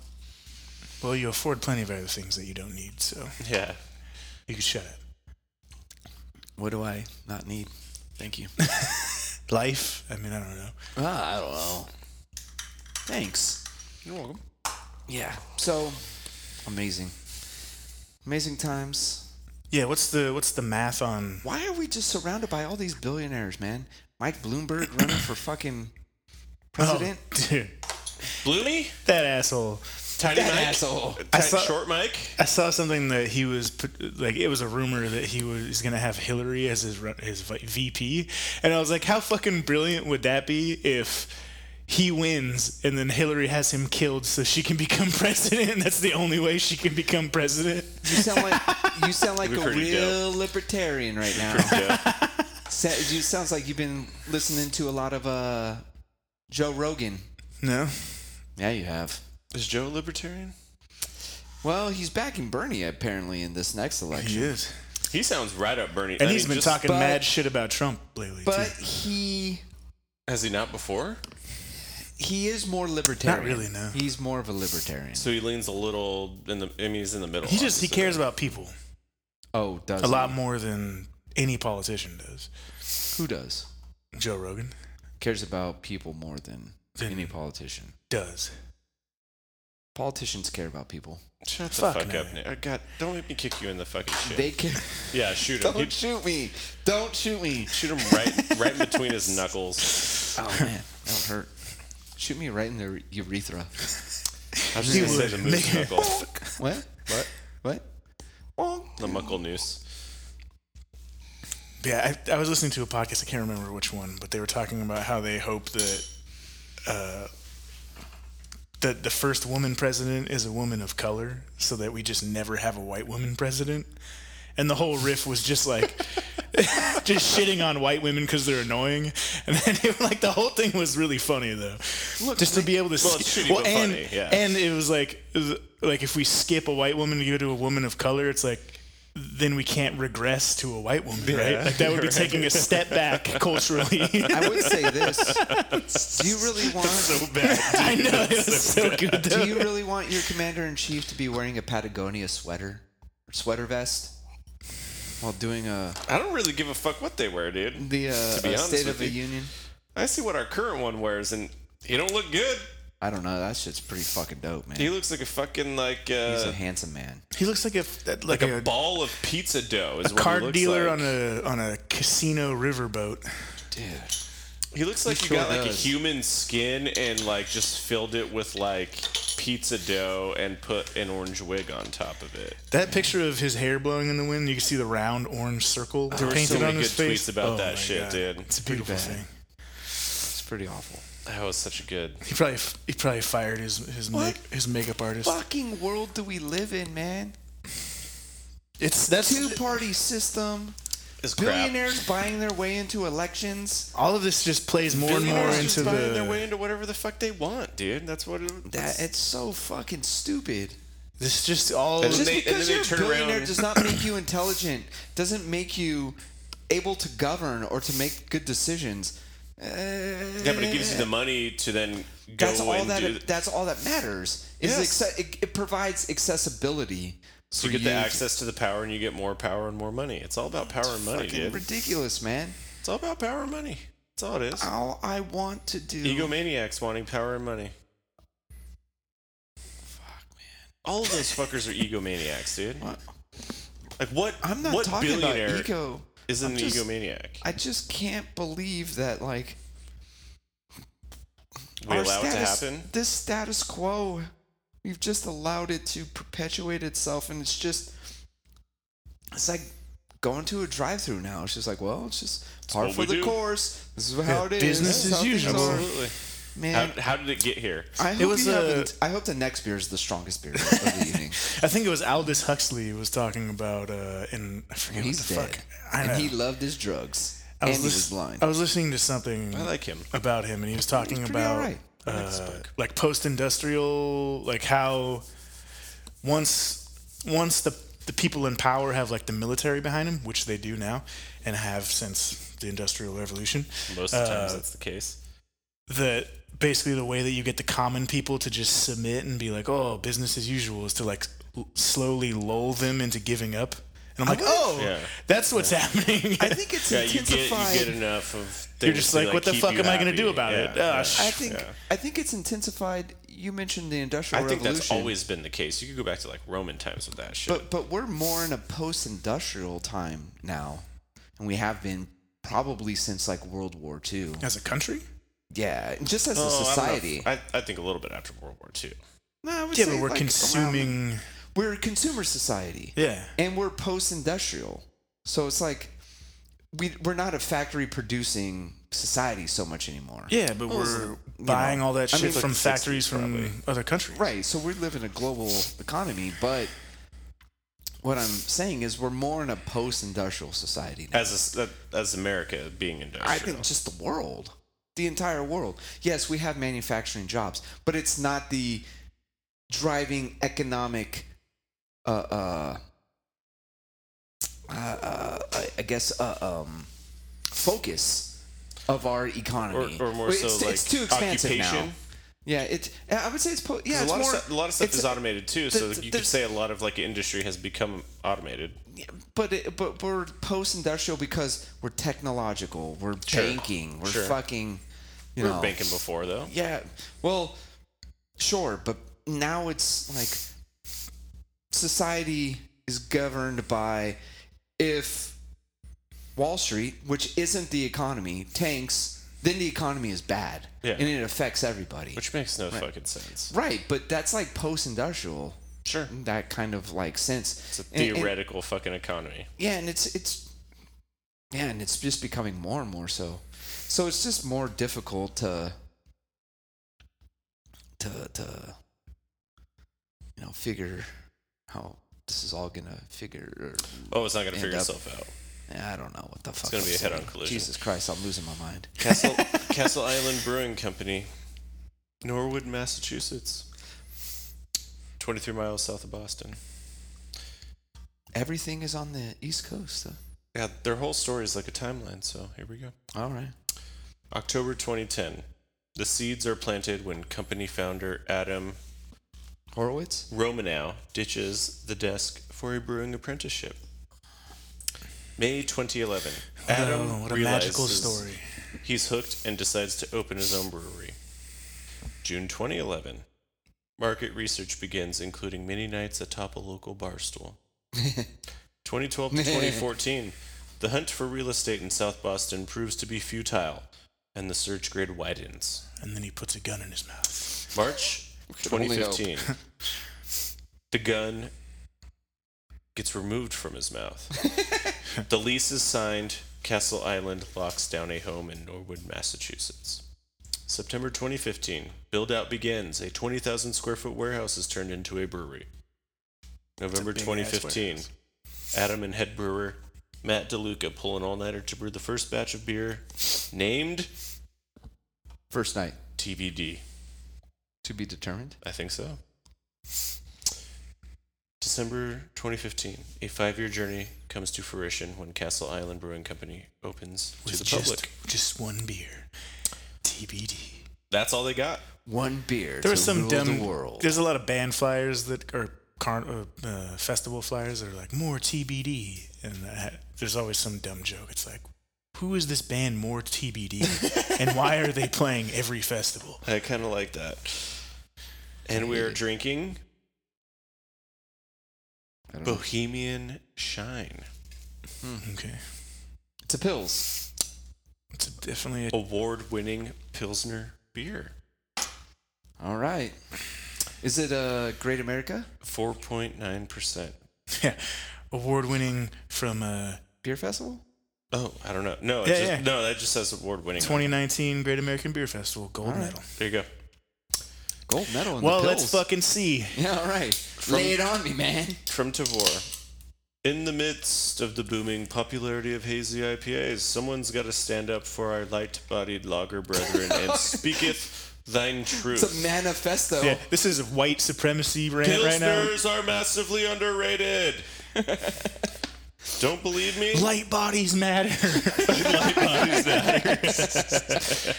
S3: Well, you afford plenty of other things that you don't need, so
S2: Yeah.
S3: you can shut up.
S1: What do I not need? Thank you.
S3: Life. I mean, I don't know.
S1: ah, I don't know. Thanks.
S2: You're welcome.
S1: Yeah. So amazing. Amazing times.
S3: Yeah. What's the what's the math on?
S1: Why are we just surrounded by all these billionaires, man? Mike Bloomberg running for fucking president.
S3: Oh, dude,
S2: Bloomy,
S3: that asshole.
S2: tiny
S1: That
S2: Mike,
S1: asshole.
S3: I
S2: Tight-
S3: saw-
S2: short Mike.
S3: I saw something that he was put, like it was a rumor that he was going to have Hillary as his ru- his vi- VP, and I was like, how fucking brilliant would that be if he wins, and then Hillary has him killed so she can become president. That's the only way she can become president.
S1: You sound like you sound like
S2: We're
S1: a
S2: pretty
S1: real libertarian right now.
S2: Yeah.
S1: Sa- you sounds like you've been listening to a lot of uh, Joe Rogan.
S3: No,
S1: Yeah, you have.
S2: Is Joe a libertarian?
S1: Well, he's backing Bernie apparently in this next election,
S3: he is,
S2: He sounds right up Bernie.
S3: and
S2: I
S3: he's
S2: mean,
S3: been
S2: just-
S3: talking
S1: but-
S3: mad shit about Trump lately.
S1: but
S3: too.
S1: he
S2: Has he not before?
S1: he is more libertarian.
S3: really, no.
S1: He's more of a libertarian.
S2: So he leans a little in the. I mean, he's in the middle.
S3: he just he
S2: obviously.
S3: cares about people
S1: Oh, does
S3: a lot
S1: he?
S3: more than any politician does.
S1: Who does
S3: Joe Rogan
S1: cares about people more than
S3: Than-
S1: any politician?
S3: does.
S1: Politicians care about people.
S2: Shut the
S3: Fuck
S2: fuck
S3: no.
S2: up, Nick. Uh, God, don't make me kick you in the fucking shit.
S1: They care.
S2: yeah, shoot him.
S1: Don't
S2: He'd
S1: shoot me! Don't shoot me!
S2: shoot him right, right in between his knuckles.
S1: Oh man, that would hurt. Shoot me right in the urethra.
S2: I was
S3: He
S2: gonna say
S3: would.
S2: the moose knuckle,
S1: What? What? What?
S2: the muckle noose.
S3: Yeah, I, I was listening to a podcast. I can't remember which one, but they were talking about how they hope that uh, that the first woman president is a woman of color, so that we just never have a white woman president. And the whole riff was just like just shitting on white women because they're annoying. And then it, like the whole thing was really funny though, just to be able to
S2: well, it's
S3: see.
S2: shitty but
S3: and
S2: funny, yeah.
S3: and it was like it was like if we skip a white woman to go to a woman of color, it's like then we can't regress to a white woman, right? Like that would be taking a step back culturally.
S1: I would say this. Do you really want?
S3: I know it was so good. Though.
S1: do you really want your commander in chief to be wearing a Patagonia sweater, or sweater vest, while doing a
S2: I don't really give a fuck what they wear, dude.
S1: the uh,
S2: To be
S1: a
S2: honest
S1: State
S2: with
S1: of the
S2: you.
S1: Union?
S2: I see what our current one wears, and he don't look good.
S1: I don't know. That shit's pretty fucking dope, man.
S2: He looks like a fucking like
S1: He's a
S2: uh,
S1: handsome man.
S3: He looks like a like,
S2: like a
S3: a,
S2: ball of pizza dough. Is what he
S3: card
S2: looks
S3: dealer
S2: like.
S3: on a on a casino riverboat.
S1: Dude,
S2: He looks like you
S1: sure
S2: got like a
S1: does.
S2: human skin and like just filled it with like pizza dough and put an orange wig on top of it.
S3: That picture of his hair blowing in the wind, you can see the round orange circle
S2: were
S3: painted
S2: so many
S3: on his
S2: good
S3: face.
S2: tweets about
S3: Oh
S2: that
S3: my
S2: shit,
S3: God.
S2: dude.
S3: It's a beautiful
S1: bad.
S3: thing.
S1: it's pretty awful.
S2: That was such a good.
S3: He probably f- he probably fired his his
S1: What?
S3: make, his makeup artist.
S1: Fucking world do we live in, man?
S3: It's that's
S1: Two party system.
S2: It's crap.
S1: Billionaires buying their way into elections.
S3: all of this just plays more and more
S2: Billionaires
S3: into
S2: just buying their way
S3: the.
S2: into whatever the fuck they want, dude. That's what. It,
S1: That it's so fucking stupid.
S3: This just all.
S2: And
S1: Just
S2: they- and
S1: because
S2: then they
S1: you're a
S2: turn
S1: billionaire
S2: around-
S1: does not make you intelligent, doesn't make you able to govern or to make good decisions. Uh,
S2: yeah, but it gives you the money to then go
S1: that's all
S2: and
S1: that
S2: do.
S1: that's all that matters. Is
S2: Yes.
S1: acce- it, it provides accessibility.
S2: so
S1: for
S2: you get the
S1: you to-
S2: access to the power, and you get more power and more money. It's all about power and money,
S1: Fucking
S2: dude.
S1: ridiculous, man.
S2: It's all about power and money. That's all it is.
S1: All I want to do.
S2: Egomaniacs wanting power and money.
S1: Fuck, man.
S2: All of those fuckers are egomaniacs, dude.
S1: What?
S2: Like what?
S1: I'm not
S2: what
S1: talking about
S2: billionaire
S1: ego.
S2: is an
S1: I'm just-
S2: egomaniac?
S1: I just can't believe that like
S2: We
S1: our
S2: allow
S1: status-
S2: it to happen.
S1: This status quo, we've just allowed it to perpetuate itself, and it's just, it's like going to a drive-through now. It's just like, well, it's just part
S2: what
S1: for
S2: we
S1: the
S2: do.
S1: course. This is how
S3: Yeah,
S1: it is.
S3: business
S1: This
S3: as
S1: how things
S3: usual.
S1: are.
S2: Absolutely. How,
S1: Man,
S2: how did it get here?
S1: I hope
S3: was
S1: you
S3: a-
S1: haven't. I hope the next beer is the strongest beer of the evening.
S3: I think it was Aldous Huxley was talking about, uh, and I forget
S1: He's
S3: what the
S1: dead,
S3: fuck. I know.
S1: and he loved his drugs,
S3: I
S1: and he
S3: lis-
S1: was blind.
S3: I was listening to something
S2: I like him.
S3: about him, and he was talking
S1: pretty
S3: about
S1: alright. I like this
S3: uh,
S1: book.
S3: like post-industrial, like how once once the the people in power have like the military behind them, which they do now, and have since the industrial revolution.
S2: Most of the times
S3: uh,
S2: that's the case.
S3: that basically the way that you get the common people to just submit and be like, oh, business as usual is to like l- slowly lull them into giving up. And I'm like, oh,
S2: Yeah.
S3: that's what's happening.
S1: I think it's
S2: Yeah, you get you
S1: intensified.
S2: get enough of. Things
S3: You're just
S2: to,
S3: like, what the
S2: keep
S3: fuck
S2: you
S3: am I gonna
S2: happy.
S3: do about
S2: Yeah,
S3: it?
S2: yeah.
S3: Ah, sh-
S1: I think.
S2: Yeah.
S1: I think it's intensified. You mentioned the industrial
S2: I think
S1: revolution.
S2: that's always been the case. You could go back to like Roman times with that shit.
S1: But but we're more in a post-industrial time now, and we have been probably since like World War II.
S3: As a country?
S1: Yeah, just as
S2: Oh,
S1: a
S2: I don't know.
S1: society.
S2: I, I think a little bit after World War II.
S1: No, I would
S3: Yeah,
S1: say,
S3: but we're
S1: like, around-
S3: consuming.
S1: we're a consumer society,
S3: Yeah.
S1: and we're post-industrial. So it's like we we're not a factory producing society so much anymore.
S3: Yeah, but we're buying all that
S1: I
S3: shit
S1: mean, like
S3: from
S2: the 60s
S3: factories from
S2: probably.
S3: other countries.
S1: Right. So we live in a global economy, but what I'm saying is we're more in a post-industrial society now.
S2: as a, that, as America being industrial.
S1: I think just the world, the entire world. Yes, we have manufacturing jobs, but it's not the driving economic, uh, uh, uh, uh I- I guess, uh, um, focus of our
S2: or,
S1: economy.
S2: or more
S1: Well,
S2: so
S1: it's,
S2: like
S1: it's too expansive
S2: occupation.
S1: now. Yeah, it. I would say it's. Po- yeah,
S2: a
S1: it's
S2: lot,
S1: more.
S2: of, stu- a lot of stuff
S1: it's-
S2: is automated too, so
S1: th-
S2: you could
S1: there's-
S2: say a lot of like industry has become automated.
S1: but it, but we're post-industrial because we're technological. We're
S2: Sure.
S1: banking. We're
S2: Sure.
S1: fucking. You
S2: We were
S1: know,
S2: banking before though.
S1: Yeah. Well, sure, but now it's like society is governed by if Wall Street, which isn't the economy, tanks, then the economy is bad.
S2: Yeah.
S1: And it affects everybody.
S2: Which makes no fucking sense.
S1: right, but that's like post industrial,
S2: Sure.
S1: that kind of like sense.
S2: It's a
S1: And- and-
S2: theoretical fucking economy.
S1: yeah, and it's it's yeah, and it's just becoming more and more so. So it's just more difficult to to to you know figure how this is all gonna figure. Or,
S2: Oh, it's not gonna
S1: End
S2: figure
S1: up-
S2: itself out.
S1: I don't know what the fuck.
S2: gonna
S1: I'm
S2: be a head-on
S1: saying.
S2: collision.
S1: Jesus Christ, I'm losing my mind.
S2: Castle Castle Island Brewing Company, Norwood, Massachusetts. Twenty-three miles south of Boston.
S1: Everything is on the East Coast, though.
S2: Yeah, their whole story is like a timeline. So here we go.
S1: All right.
S2: October 2010. The seeds are planted when company founder Adam
S1: Horowitz.
S2: Romanow ditches the desk for a brewing apprenticeship. May 2011. Adam
S3: oh, what a magical
S2: realizes
S3: story.
S2: He's hooked and decides to open his own brewery. June 2011. Market research begins, including many nights atop a local bar stool. 2012 to 2014. The hunt for real estate in South Boston proves to be futile, and the search grid widens.
S3: And then he puts a gun in his mouth.
S2: March
S1: could only
S2: 2015. the gun gets removed from his mouth. the lease is signed. Castle Island locks down a home in Norwood, Massachusetts. September 2015. Build out begins. A 20,000 square foot warehouse is turned into a brewery. November
S3: big-ass
S2: 2015.
S3: warehouse.
S2: Adam and head brewer Matt DeLuca pull an all nighter to brew the first batch of beer named
S1: First night
S2: TBD.
S1: to be determined.
S2: I think so. December 2015, a five-year journey comes to fruition when Castle Island Brewing Company opens to
S3: With
S2: the
S3: just,
S2: public.
S3: just one beer. TBD.
S2: That's all they got.
S1: One beer.
S3: There
S1: to
S3: was some
S1: rule
S3: dumb.
S1: the world.
S3: There's a lot of band flyers that are carn- uh, uh, festival flyers that are like more TBD, and I, there's always some dumb joke. It's like, who is this band more TBD, and why are they playing every festival?
S2: I kind of like that. Mm-hmm. And we are drinking
S1: I don't know.
S2: Bohemian Shine,
S1: Mm-hmm.
S3: Okay,
S1: It's a pills.
S3: it's definitely a,
S2: award-winning Pilsner beer,
S1: All right. Is it uh, Great America
S2: 4.9%.
S3: yeah, award-winning from uh,
S1: Beer Festival?
S2: Oh, I don't know. No, it
S3: Yeah,
S2: just,
S3: yeah.
S2: no, that just says award-winning.
S3: 2019 Great American Beer Festival gold
S1: right.
S3: medal.
S2: There you go.
S1: Gold medal in
S3: Well,
S1: the
S3: let's
S1: pills.
S3: fucking see.
S1: Yeah, all right. Lay it on me, man.
S2: From Tavor. In the midst of the booming popularity of hazy IPAs, someone's got to stand up for our light bodied lager brethren and speaketh thine truth.
S1: It's a manifesto.
S3: Yeah, this is white supremacy rant right now.
S2: Pilsners are massively underrated. Don't believe me?
S3: Light bodies matter.
S2: Light bodies matter.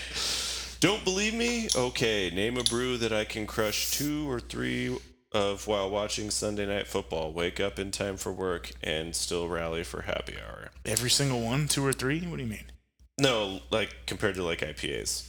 S2: Don't believe me? Okay, name a brew that I can crush two or three of while watching Sunday Night Football, wake up in time for work, and still rally for happy hour.
S3: Every single one, two or three? What do you mean?
S2: No, like compared to like IPAs.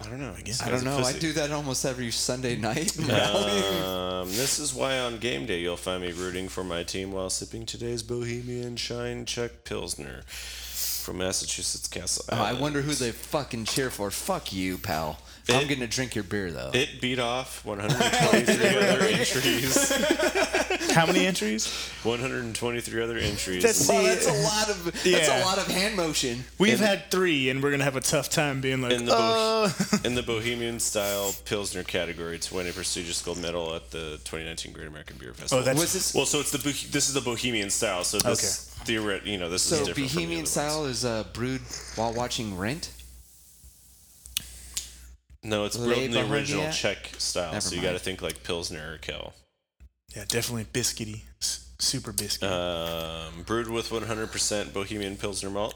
S2: I don't know.
S3: guess.
S1: I don't know. I do that almost every Sunday night. rallying.
S2: Um, this is why on game day you'll find me rooting for my team while sipping today's Bohemian Shine Czech Pilsner from Massachusetts Castle.
S1: Oh, I
S2: Island.
S1: wonder who they fucking cheer for. Fuck you, pal. I'm
S2: It-
S1: going to drink your beer, though.
S2: It beat off 123 other entries.
S3: How many entries?
S2: 123 other entries.
S3: That's-
S1: Wow, that's a lot of that's
S3: Yeah.
S1: a lot of hand motion.
S3: We've had three, and we're gonna have a tough time being like,
S2: in the
S3: uh,
S1: oh.
S2: in the Bohemian style Pilsner category to win a prestigious gold medal at the 2019 Great American Beer Festival.
S3: Oh, that's-
S1: Was this
S2: well, so it's the Bohe- this is the Bohemian style. So this theoret- you know, this is
S1: so
S2: different from the
S1: Bohemian
S2: other
S1: style
S2: ones.
S1: is uh, brewed while watching Rent?
S2: No, it's built in
S1: Le
S2: the original
S1: Bohemia?
S2: Czech style.
S1: Never
S2: so you got to
S1: mind.
S2: think like Pilsner or Kell.
S3: yeah, definitely biscuity, s- super biscuity.
S2: Um, brewed with 100% Bohemian Pilsner malt,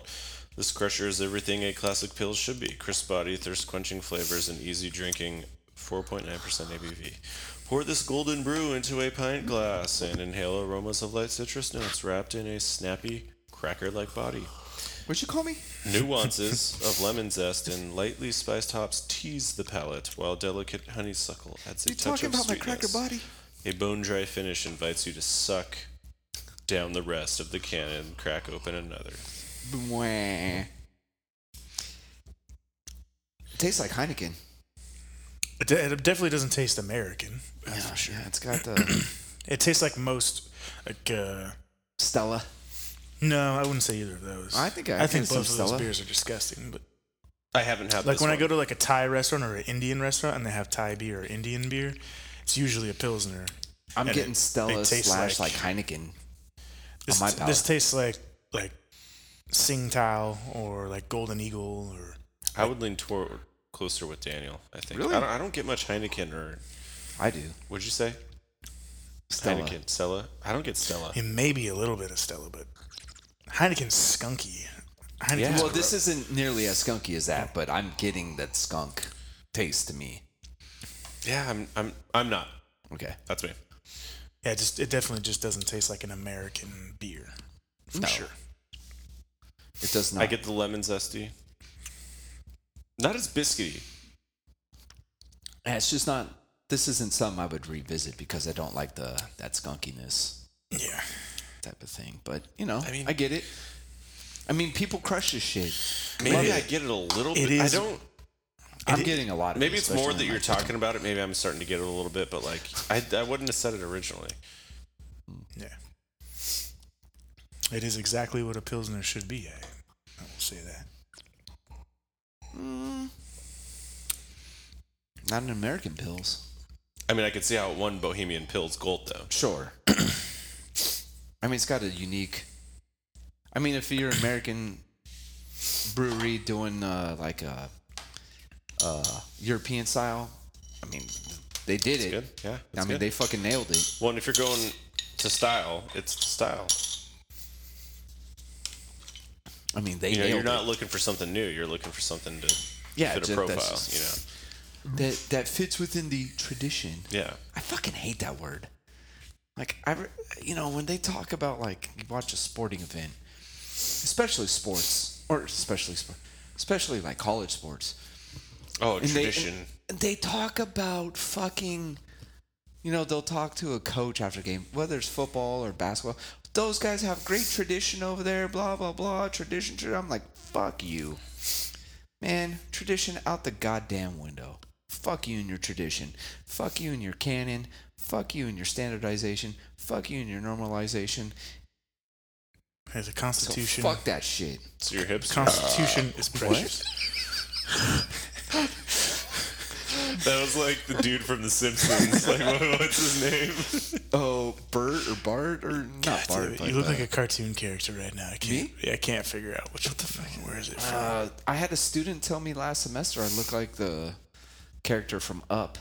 S2: this crusher is everything a classic pils should be: crisp body, thirst-quenching flavors, and easy drinking. 4.9% ABV. Pour this golden brew into a pint glass and inhale aromas of light citrus notes wrapped in a snappy cracker-like body.
S1: What'd you call me?
S2: Nuances of lemon zest and lightly spiced hops tease the palate, while delicate honeysuckle adds a
S1: You
S2: touch
S1: talking
S2: of
S1: about my cracker
S2: sweetness.
S1: body?
S2: A bone dry finish invites you to suck down the rest of the can and crack open another.
S1: Mwah. Tastes like Heineken.
S3: it, de- it definitely doesn't taste American. That's
S1: Yeah,
S3: for sure.
S1: yeah, it's got the
S3: It tastes like most, like uh,
S1: Stella.
S3: no, I wouldn't say either of those.
S1: I think I
S3: I think
S1: get some
S3: both of those
S1: Stella.
S3: beers are disgusting, but.
S2: I haven't had
S3: Like
S2: this
S3: when I
S2: one.
S3: go to like a Thai restaurant or an Indian restaurant and they have Thai beer or Indian beer, it's usually a pilsner.
S1: I'm
S3: And
S1: getting
S3: it-
S1: Stella
S3: they taste
S1: slash like,
S3: like-
S1: Heineken.
S3: This,
S1: my
S3: this
S1: palate.
S3: tastes like like Sing Tao or like Golden Eagle or
S2: I would lean toward closer with Daniel. I think.
S1: Really?
S2: I don't, I don't get much Heineken or
S1: I do.
S2: what'd you say?
S1: Stella.
S2: Heineken, Stella. I don't get Stella.
S3: and maybe a little bit of Stella, but Heineken's skunky. Heineken's
S2: Yeah.
S1: Well,
S3: gross.
S1: this isn't nearly as skunky as that, but I'm getting that skunk taste to me.
S2: Yeah, I'm. I'm. I'm not.
S1: Okay.
S2: That's me.
S3: yeah, it just it definitely just doesn't taste like an American beer. For
S1: No.
S3: sure.
S1: It does not.
S2: I get the lemon zesty. Not as biscuity.
S1: Yeah, it's just not. This isn't something I would revisit because I don't like the that skunkiness
S3: Yeah.
S1: type of thing. But you know, I,
S2: I mean-
S1: get it. I mean, people crush this shit.
S2: Maybe
S3: it.
S2: I get it a little
S3: It
S2: bit.
S3: is-
S2: I don't.
S1: I'm
S3: It-
S1: getting a lot of.
S2: Maybe
S1: it,
S2: it's more that
S1: especially in
S2: you're
S1: my kitchen.
S2: talking about it. Maybe I'm starting to get it a little bit, but like I, I wouldn't have said it originally.
S3: Yeah. It is exactly what a pilsner should be. I, I will say that.
S1: Not an American pills.
S2: I mean, I could see how it won Bohemian Pills Gold though.
S1: Sure. I mean, it's got a unique. I mean, if you're an American brewery doing uh, like a uh, European style, I mean, they did it.
S2: Good, yeah.
S1: I
S2: that's
S1: mean,
S2: good.
S1: they fucking nailed it.
S2: Well, and if you're going to style, it's style.
S1: I mean, they
S2: You know,
S1: nailed
S2: you're
S1: it.
S2: not looking for something new. You're looking for something to
S1: Yeah,
S2: fit a
S1: ju-
S2: profile.
S1: that's-
S2: You know.
S1: that that fits within the tradition.
S2: Yeah.
S1: I fucking hate that word. Like I, re- you know, when they talk about like you watch a sporting event, especially sports, or especially sport, especially like college sports,
S2: Oh,
S1: and
S2: tradition.
S1: They, and- and they talk about fucking, you know, they'll talk to a coach after a game, whether it's football or basketball. Those guys have great tradition over there, blah blah blah. Tradition, tradition. I'm like, fuck you, man. Tradition out the goddamn window. Fuck you and your tradition. Fuck you and your canon. Fuck you and your standardization. Fuck you and your normalization.
S3: As a
S1: So
S3: constitution.
S1: fuck that shit.
S2: so you're hipster.
S3: Constitution is precious.
S2: that was like the dude from The Simpsons. like, what, what's his name?
S1: Oh, Bert or Bart or not
S3: God damn
S1: Bart.
S3: it,
S1: but,
S3: you look
S1: uh,
S3: like a cartoon character right now. I can't. Yeah, I can't figure out which what the fuck. Where is it from?
S1: Uh, I had a student tell me last semester I look like the character from Up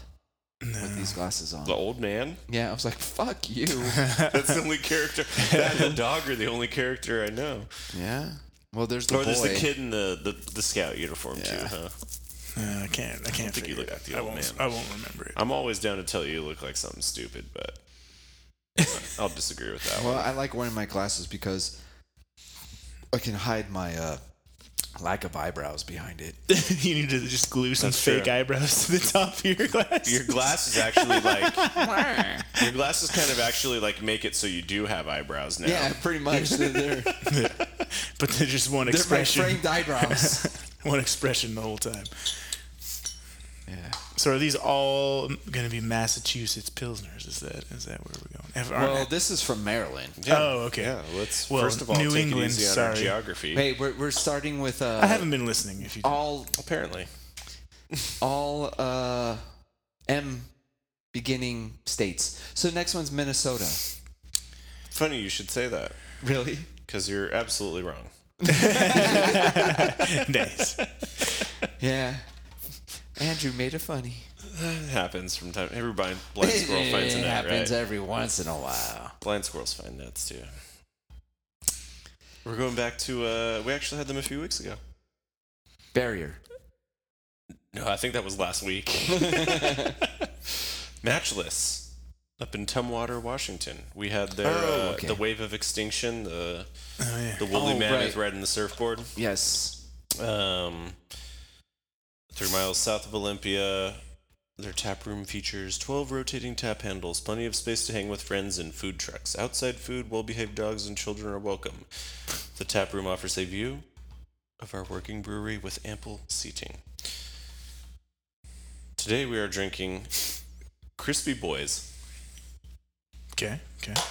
S1: with these glasses on.
S2: The old man.
S1: Yeah, I was like, "Fuck you."
S2: That's the only character. That and the dog are the only character I know.
S1: yeah. Well, there's the
S2: Or
S1: boy.
S2: there's the kid in the, the, the scout uniform too,
S1: Yeah.
S2: huh?
S3: Uh, I can't. I can't
S2: think you
S3: figure
S2: look
S3: it
S2: like
S3: out.
S2: the
S3: I
S2: old
S3: won't.
S2: man.
S3: I won't remember it.
S2: I'm always down to tell you you look like something stupid, but I'll disagree with that.
S1: Well, I like wearing my glasses because I can hide my uh, lack of eyebrows behind it.
S3: you need to just glue some
S2: That's
S3: fake
S2: true.
S3: eyebrows to the top of your glass.
S2: Your glass is actually like your glasses kind of actually like make it so you do have eyebrows now.
S1: yeah, pretty much. They're, they're, they're
S3: but they're just one
S1: my
S3: expression.
S1: framed eyebrows.
S3: One expression the whole time.
S1: yeah.
S3: So are these all going to be Massachusetts pilsners? Is that is that where we're going? Have- aren't-
S1: Well, this is from Maryland.
S2: Yeah.
S3: Oh, okay.
S2: Yeah, let's
S3: Well,
S2: first of all
S3: New
S2: take
S3: England,
S2: it easy on our
S3: sorry.
S2: geography.
S1: Hey, we're, we're starting with uh,
S3: I haven't been listening. If you
S1: all
S2: Apparently,
S1: all uh, M beginning states. So next one's Minnesota.
S2: funny you should say that
S1: Really?
S2: because you're absolutely wrong.
S3: days, Oh,
S1: Yeah. Andrew made a funny.
S2: It happens from time. Every blind, blind squirrel finds a
S1: it
S2: nut, right?
S1: happens every once in a while.
S2: blind squirrels find nuts too. We're going back to. Uh, we actually had them a few weeks ago.
S1: Barrier.
S2: No, I think that was last week. Matchless. Up in Tumwater, Washington, we had their
S1: Oh,
S2: uh,
S1: okay.
S2: the wave of extinction, the
S3: oh yeah,
S2: the woolly
S1: Oh,
S2: mammoth
S1: right.
S2: riding the surfboard.
S1: Yes.
S2: Um, three miles south of Olympia, their tap room features 12 rotating tap handles, plenty of space to hang with friends, and food trucks. Outside food, well behaved dogs and children are welcome. The tap room offers a view of our working brewery with ample seating. Today we are drinking Crispy Boys.
S3: okay, okay.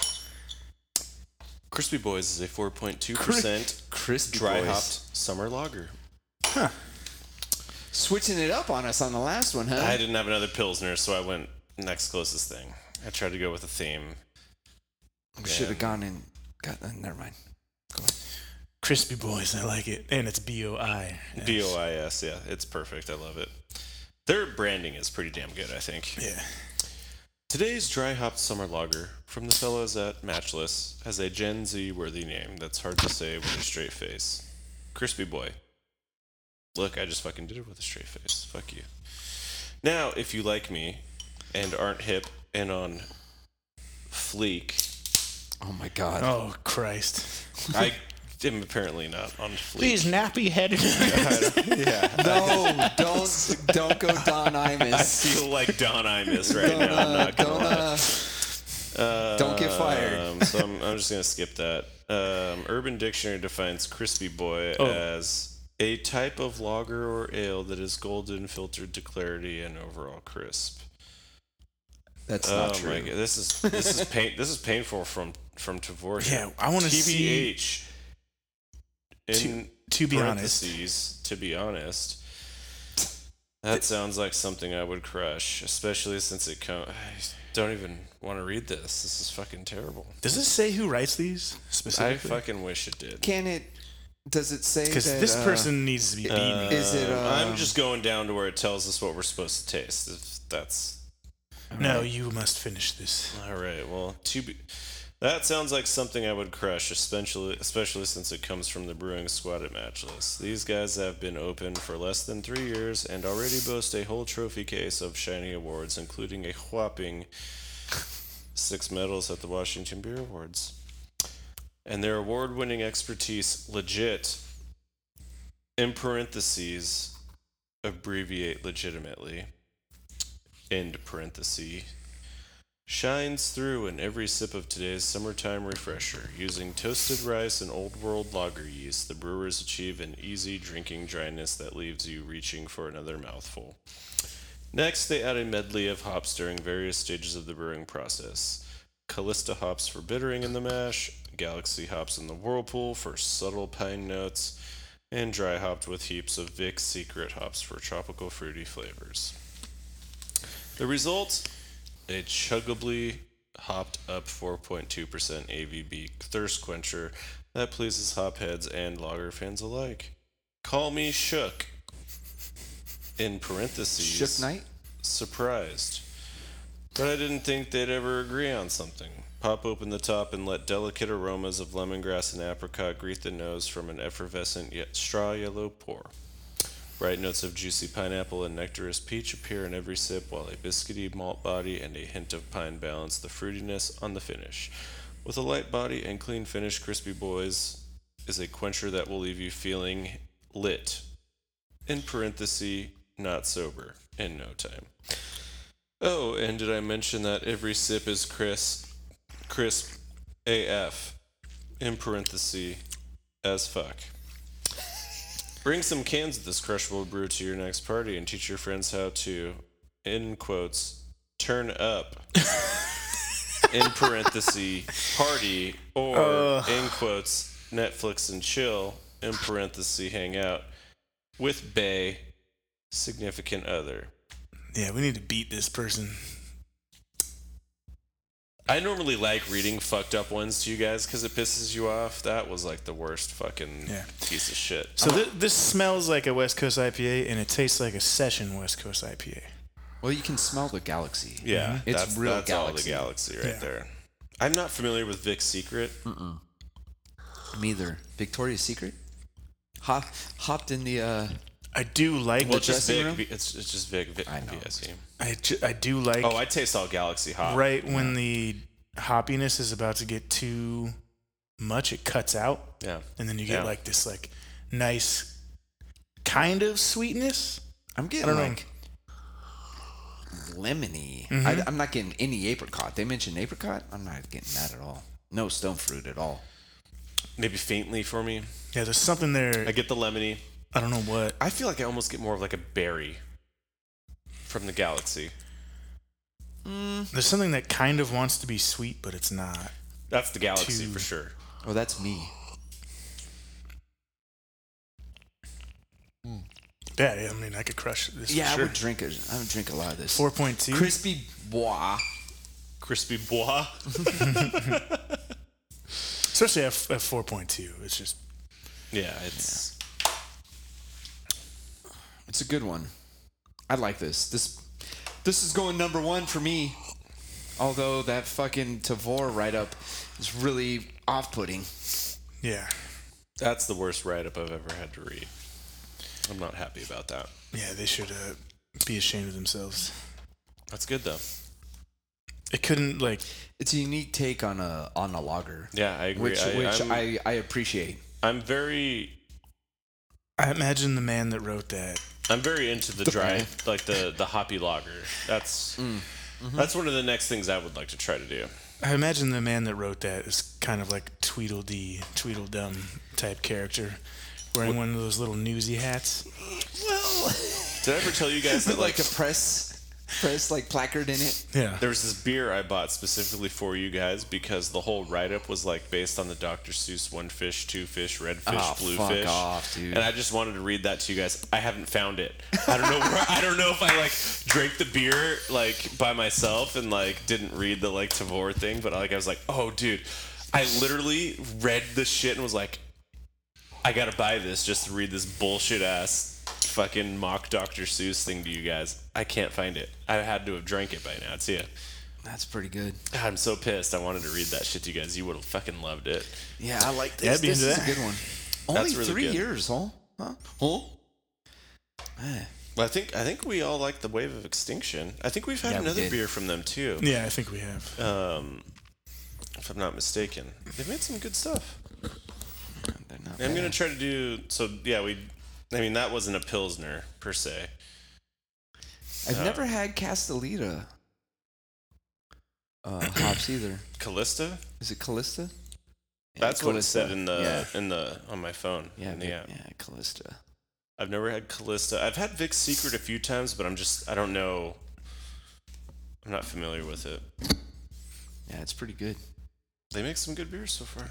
S2: Crispy Boys is a 4.2%
S1: Crispy
S2: dry
S1: boys.
S2: hopped summer lager.
S1: Switching it up on us on the last one, huh?
S2: I didn't have another Pilsner, so I went next closest thing. I tried to go with a theme.
S1: we should have gone and got. Uh, never mind.
S3: Crispy boys, I like it, and it's B O I.
S2: B O I S, yeah. It's perfect. I love it. Their branding is pretty damn good, I think.
S3: Yeah,
S2: Today's dry hopped summer lager from the fellows at Matchless has a Gen Z worthy name that's hard to say with a straight face. Crispy Boy. Look, I just fucking did it with a straight face. Fuck you. Now, if you like me and aren't hip and on fleek,
S1: Oh my God.
S3: Oh Christ!
S2: I am apparently not on fleek.
S3: nappy headed.
S1: No, don't don't go Don Imus.
S2: feel like Don Imus right
S1: Don't
S2: now. I'm
S1: uh,
S2: not
S1: don't
S2: gonna
S1: uh,
S2: lie.
S1: don't get fired.
S2: Um, so I'm, I'm just gonna skip that. Um, Urban Dictionary defines crispy boy
S3: Oh.
S2: as a type of lager or ale that is golden, filtered to clarity, and overall crisp.
S1: that's
S2: oh
S1: not true.
S2: my god, this is this is pain. this is painful from from Tavoria.
S3: Yeah, I want to see.
S2: TBH.
S3: To- to be honest.
S2: parentheses, to be honest, that sounds like something I would crush, especially since it comes. I don't even want to read this. This is fucking terrible.
S3: Does this say who writes these
S2: I
S3: specifically?
S2: fucking wish it did.
S1: Can it? Does it say
S3: Because
S1: that,
S3: this
S1: uh,
S3: person needs to be beaten.
S1: Is it?
S2: Um,
S1: Uh,
S2: I'm just going down to where it tells us what we're supposed to taste. If that's uh,
S3: no, you must finish this.
S2: all right. Well, to be. That sounds like something I would crush, especially especially since it comes from the brewing squad at Matchless. These guys have been open for less than three years and already boast a whole trophy case of shiny awards, including a whopping six medals at the Washington Beer Awards. And their award-winning expertise, legit, in parentheses, abbreviate legitimately, end parenthesis, shines through in every sip of today's summertime refresher. Using toasted rice and old world lager yeast, the brewers achieve an easy drinking dryness that leaves you reaching for another mouthful. Next, they add a medley of hops during various stages of the brewing process. Callista hops for bittering in the mash, Galaxy hops in the whirlpool for subtle pine notes, and dry hopped with heaps of Vic's secret hops for tropical fruity flavors. The result? a chuggably hopped up 4.2% AVB thirst quencher that pleases hop heads and lager fans alike. Call me shook. In parentheses,
S1: Shook Knight?
S2: surprised. But I didn't think they'd ever agree on something. Pop open the top and let delicate aromas of lemongrass and apricot greet the nose from an effervescent yet straw yellow pour. Bright notes of juicy pineapple and nectarous peach appear in every sip, while a biscuity malt body and a hint of pine balance the fruitiness on the finish. With a light body and clean finish, Crispy Boys is a quencher that will leave you feeling lit. In parenthesis, not sober in no time. Oh, and did I mention that every sip is crisp, crisp AF? In parenthesis, as fuck. Bring some cans of this crushable brew to your next party and teach your friends how to, in quotes, turn up. in parenthesis party or in quotes Netflix and chill in parenthesis hang out with Bay significant other.
S3: Yeah, we need to beat this person.
S2: I normally like reading fucked up ones to you guys because it pisses you off. That was like the worst fucking
S3: Yeah.
S2: piece of shit.
S3: So th- this smells like a West Coast IPA, and it tastes like a session West Coast IPA.
S1: Well, you can smell the galaxy.
S2: Yeah,
S1: It's
S2: that's,
S1: real
S2: that's all the
S1: Galaxy.
S2: galaxy right
S3: Yeah.
S2: there. I'm not familiar with Vic's Secret.
S1: Neither. Victoria's Secret? Hop, hopped in the, uh,
S3: I do like
S2: Well,
S3: the
S2: it's just
S1: dressing
S2: Vic.
S1: room?
S2: be- It's, it's just Vic. Vic
S1: I know.
S2: VSE.
S3: I, ju- I do like
S2: Oh, I taste all galaxy hop.
S3: right when the hoppiness is about to get too much, it cuts out,
S2: Yeah.
S3: and then you get
S2: Yeah.
S3: like this like nice kind of sweetness.
S1: I'm
S3: I
S1: getting
S3: don't
S1: like Mm-hmm. lemony. I, I'm not getting any apricot. They mentioned apricot. I'm not getting that at all. No stone fruit at all.
S2: Maybe faintly for me.
S3: know. Yeah, there's something there.
S2: I get the lemony.
S3: I don't know what.
S2: I feel like I almost get more of like a berry from the galaxy.
S3: There's something that kind of wants to be sweet, but it's not.
S2: That's the galaxy
S3: Two.
S2: for sure.
S1: Oh, that's me.
S3: Yeah, yeah, I mean, I could crush this.
S1: Yeah,
S3: for
S1: I
S3: sure.
S1: would drink it. I would drink a lot of this.
S3: Four point two.
S1: Crispy bois.
S2: Crispy bois.
S3: especially at, at four point two. It's just
S2: Yeah, it's
S1: It's a good one. I like this. This this is going number one for me. Although that fucking Tavor write up is really off putting.
S3: yeah,
S2: that's the worst write up I've ever had to read. I'm not happy about that.
S3: yeah. They should uh, be ashamed of themselves.
S2: That's good though.
S3: It couldn't like
S1: It's a unique take on a on a lager.
S2: Yeah, I agree.
S1: Which
S2: I,
S1: which
S2: I'm,
S1: I, I appreciate.
S2: I'm very
S3: I imagine the man that wrote that.
S2: I'm very into the dry, like the the hoppy lager. That's
S1: Mm. Mm-hmm.
S2: that's one of the next things I would like to try to do.
S3: I imagine the man that wrote that is kind of like Tweedledee, Tweedledum type character, wearing one of those little newsy hats.
S1: Well
S2: Did I ever tell you guys that
S1: Put
S2: like
S1: like a press press like placard in it.
S3: Yeah,
S2: there was this beer I bought specifically for you guys because the whole write up was like based on the Dr. Seuss one fish, two fish, red fish,
S1: Oh,
S2: blue
S1: fuck
S2: fish.
S1: off, dude.
S2: And I just wanted to read that to you guys. I haven't found it. I don't know where I don't know if I like drank the beer like by myself and like didn't read the like Tavor thing, but like I was like, "Oh, dude, I literally read the shit and was like, I got to buy this just to read this bullshit ass fucking mock Dr. Seuss thing to you guys. I can't find it. I had to have drank it by now. It's here.
S1: That's pretty good.
S2: God, I'm so pissed. I wanted to read that shit to you guys. You would have fucking loved it.
S1: Yeah, I like this.
S3: Yeah, I'd be
S1: this
S3: into
S1: is
S3: that.
S1: a good one. Only
S2: really
S1: three
S2: good.
S1: years, huh? Huh? Huh? Eh,
S2: Well, I think I think we all like the Wave of Extinction. I think we've had
S1: Yeah, we
S2: another
S1: did.
S2: beer from them too,
S3: yeah. I think we have.
S2: um, if I'm not mistaken. They've made some good stuff.
S1: they're not
S2: I'm gonna
S1: bad.
S2: try to do so. Yeah, we. I mean, that wasn't a pilsner per se.
S1: I've never had Castellita uh, hops either.
S2: Callista.
S1: Is it Callista? Yeah,
S2: That's what it
S1: Callista.
S2: said in the
S1: yeah.
S2: in the on my phone.
S1: Yeah,
S2: in the
S1: Vic-
S2: app.
S1: yeah, Callista.
S2: I've never had Callista. I've had Vic's Secret a few times, but I'm just I don't know. I'm not familiar with it.
S1: Yeah, it's pretty good.
S2: They make some good beers so far.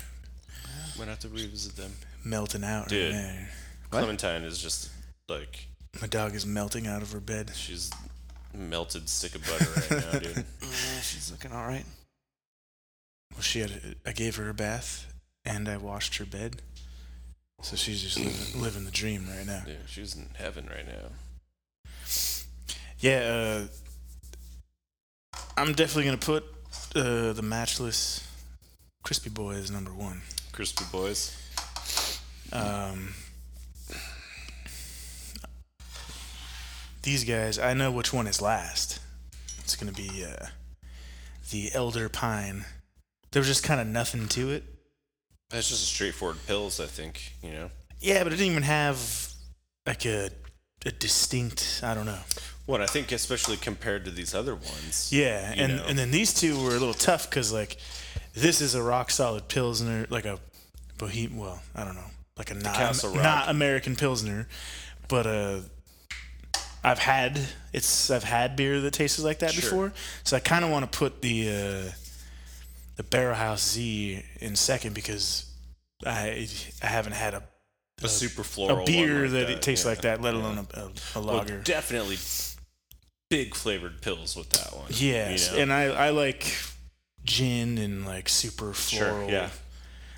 S2: Might have to revisit them.
S3: Melting out, right
S2: Dude.
S3: there.
S1: What?
S2: Clementine is just like
S3: My dog is melting out of her bed.
S2: she's melted stick of butter right now, dude.
S1: Yeah, Mm, she's looking all right.
S3: Well, she had. A, I gave her a bath, and I washed her bed. So she's just living, living the dream right now.
S2: Yeah, she's in heaven right now.
S3: Yeah, uh, I'm definitely gonna put uh, the matchless crispy boy as number one.
S2: Crispy boys.
S3: Um, these guys, I know which one is last. It's gonna be uh, the elder pine. There was just kind of nothing to it.
S2: That's just a straightforward pills, I think. You know.
S3: Yeah, but it didn't even have like a a distinct. I don't know.
S2: What I think, especially compared to these other ones.
S3: Yeah,
S2: you
S3: and
S2: know.
S3: and then these two were a little tough because like this is a rock solid pilsner, like a bohem. Well, I don't know, like a not,
S2: Castle Rock.
S3: not American pilsner, but uh, I've had it's I've had beer that tastes like that
S2: Sure.
S3: before, so I kind of want to put the uh, the Barrel House Z in second because I I haven't had a
S2: A super floral.
S3: a
S2: one
S3: beer
S2: like
S3: that, it tastes
S2: yeah.
S3: like that, let alone a, a, a
S2: Well,
S3: lager.
S2: definitely big flavored pills with that one.
S3: Yes,
S2: you know?
S3: and I, I like gin and like super floral,
S2: yeah.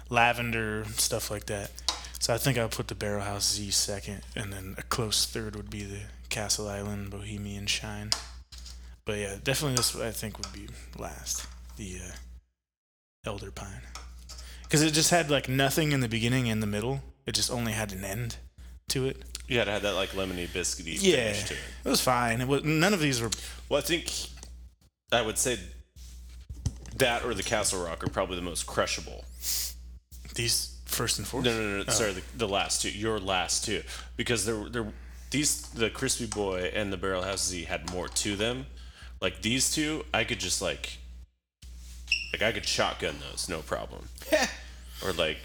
S3: lavender stuff like that. So I think I'll put the Barrel House Z second, and then a close third would be the Castle Island Bohemian Shine. But yeah, definitely this I think would be last, the uh, Elder Pine, because it just had like nothing in the beginning and the middle. It just only had an end to it.
S2: you gotta have that like lemony biscuity
S3: Yeah,
S2: finish
S3: it
S2: to it.
S3: was fine. It was none of these were
S2: Well, I think I would say that or the Castle Rock are probably the most crushable.
S3: these first and fourth.
S2: No, no, no.
S1: Oh.
S2: no Sorry, the, the last two. Your last two, because there, there, these the Crispy Boy and the Barrel House Z had more to them. Like these two, I could just like, like I could shotgun those, no problem. or like,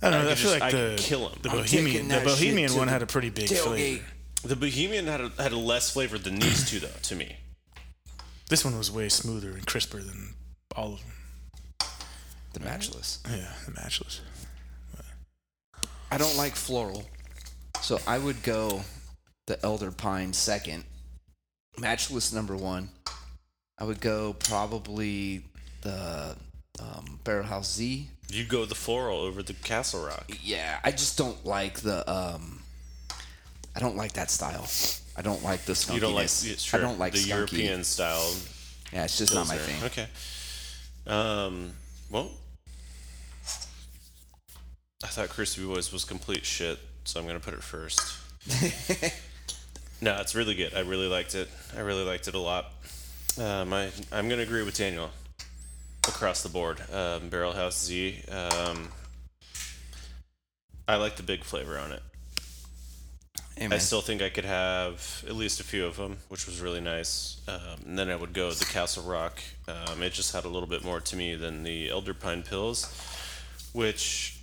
S3: I don't
S2: I
S3: know. I,
S2: could
S3: feel
S2: just-
S3: like
S2: I
S3: the
S2: could kill 'em.
S3: The
S2: I'm
S1: taking
S3: Bohemian, the
S1: that shit
S3: Bohemian
S1: to
S3: one
S1: the
S3: had a pretty big
S1: Tailgate.
S3: flavor.
S2: the Bohemian had a, had a less flavor than these two, though. To me,
S3: This one was way smoother and crisper than all of them.
S1: The matchless.
S3: Yeah, the matchless.
S1: I don't like floral, so I would go the elder pine second. Matchless number one. I would go probably the um, Barrel House Z.
S2: you go the floral over the Castle Rock.
S1: Yeah, I just don't like the. um I don't like that style. I don't like the skunkiness.
S2: You don't like, yeah, sure,
S1: I don't like
S2: the
S1: skunky.
S2: European style.
S1: Yeah, it's just not my
S2: Pilsner.
S1: thing.
S2: Okay. Um. Well, I thought Crispy Boys was complete shit, so I'm gonna put it first. no, it's really good. I really liked it. I really liked it a lot. Um, I I'm gonna agree with Daniel across the board. Um, Barrel House Z. Um, I like the big flavor on it.
S1: Hey,
S2: I
S1: man.
S2: still think I could have at least a few of them, which was really nice. Um, and then I would go the Castle Rock. Um, it just had a little bit more to me than the Elder Pine Pills, which,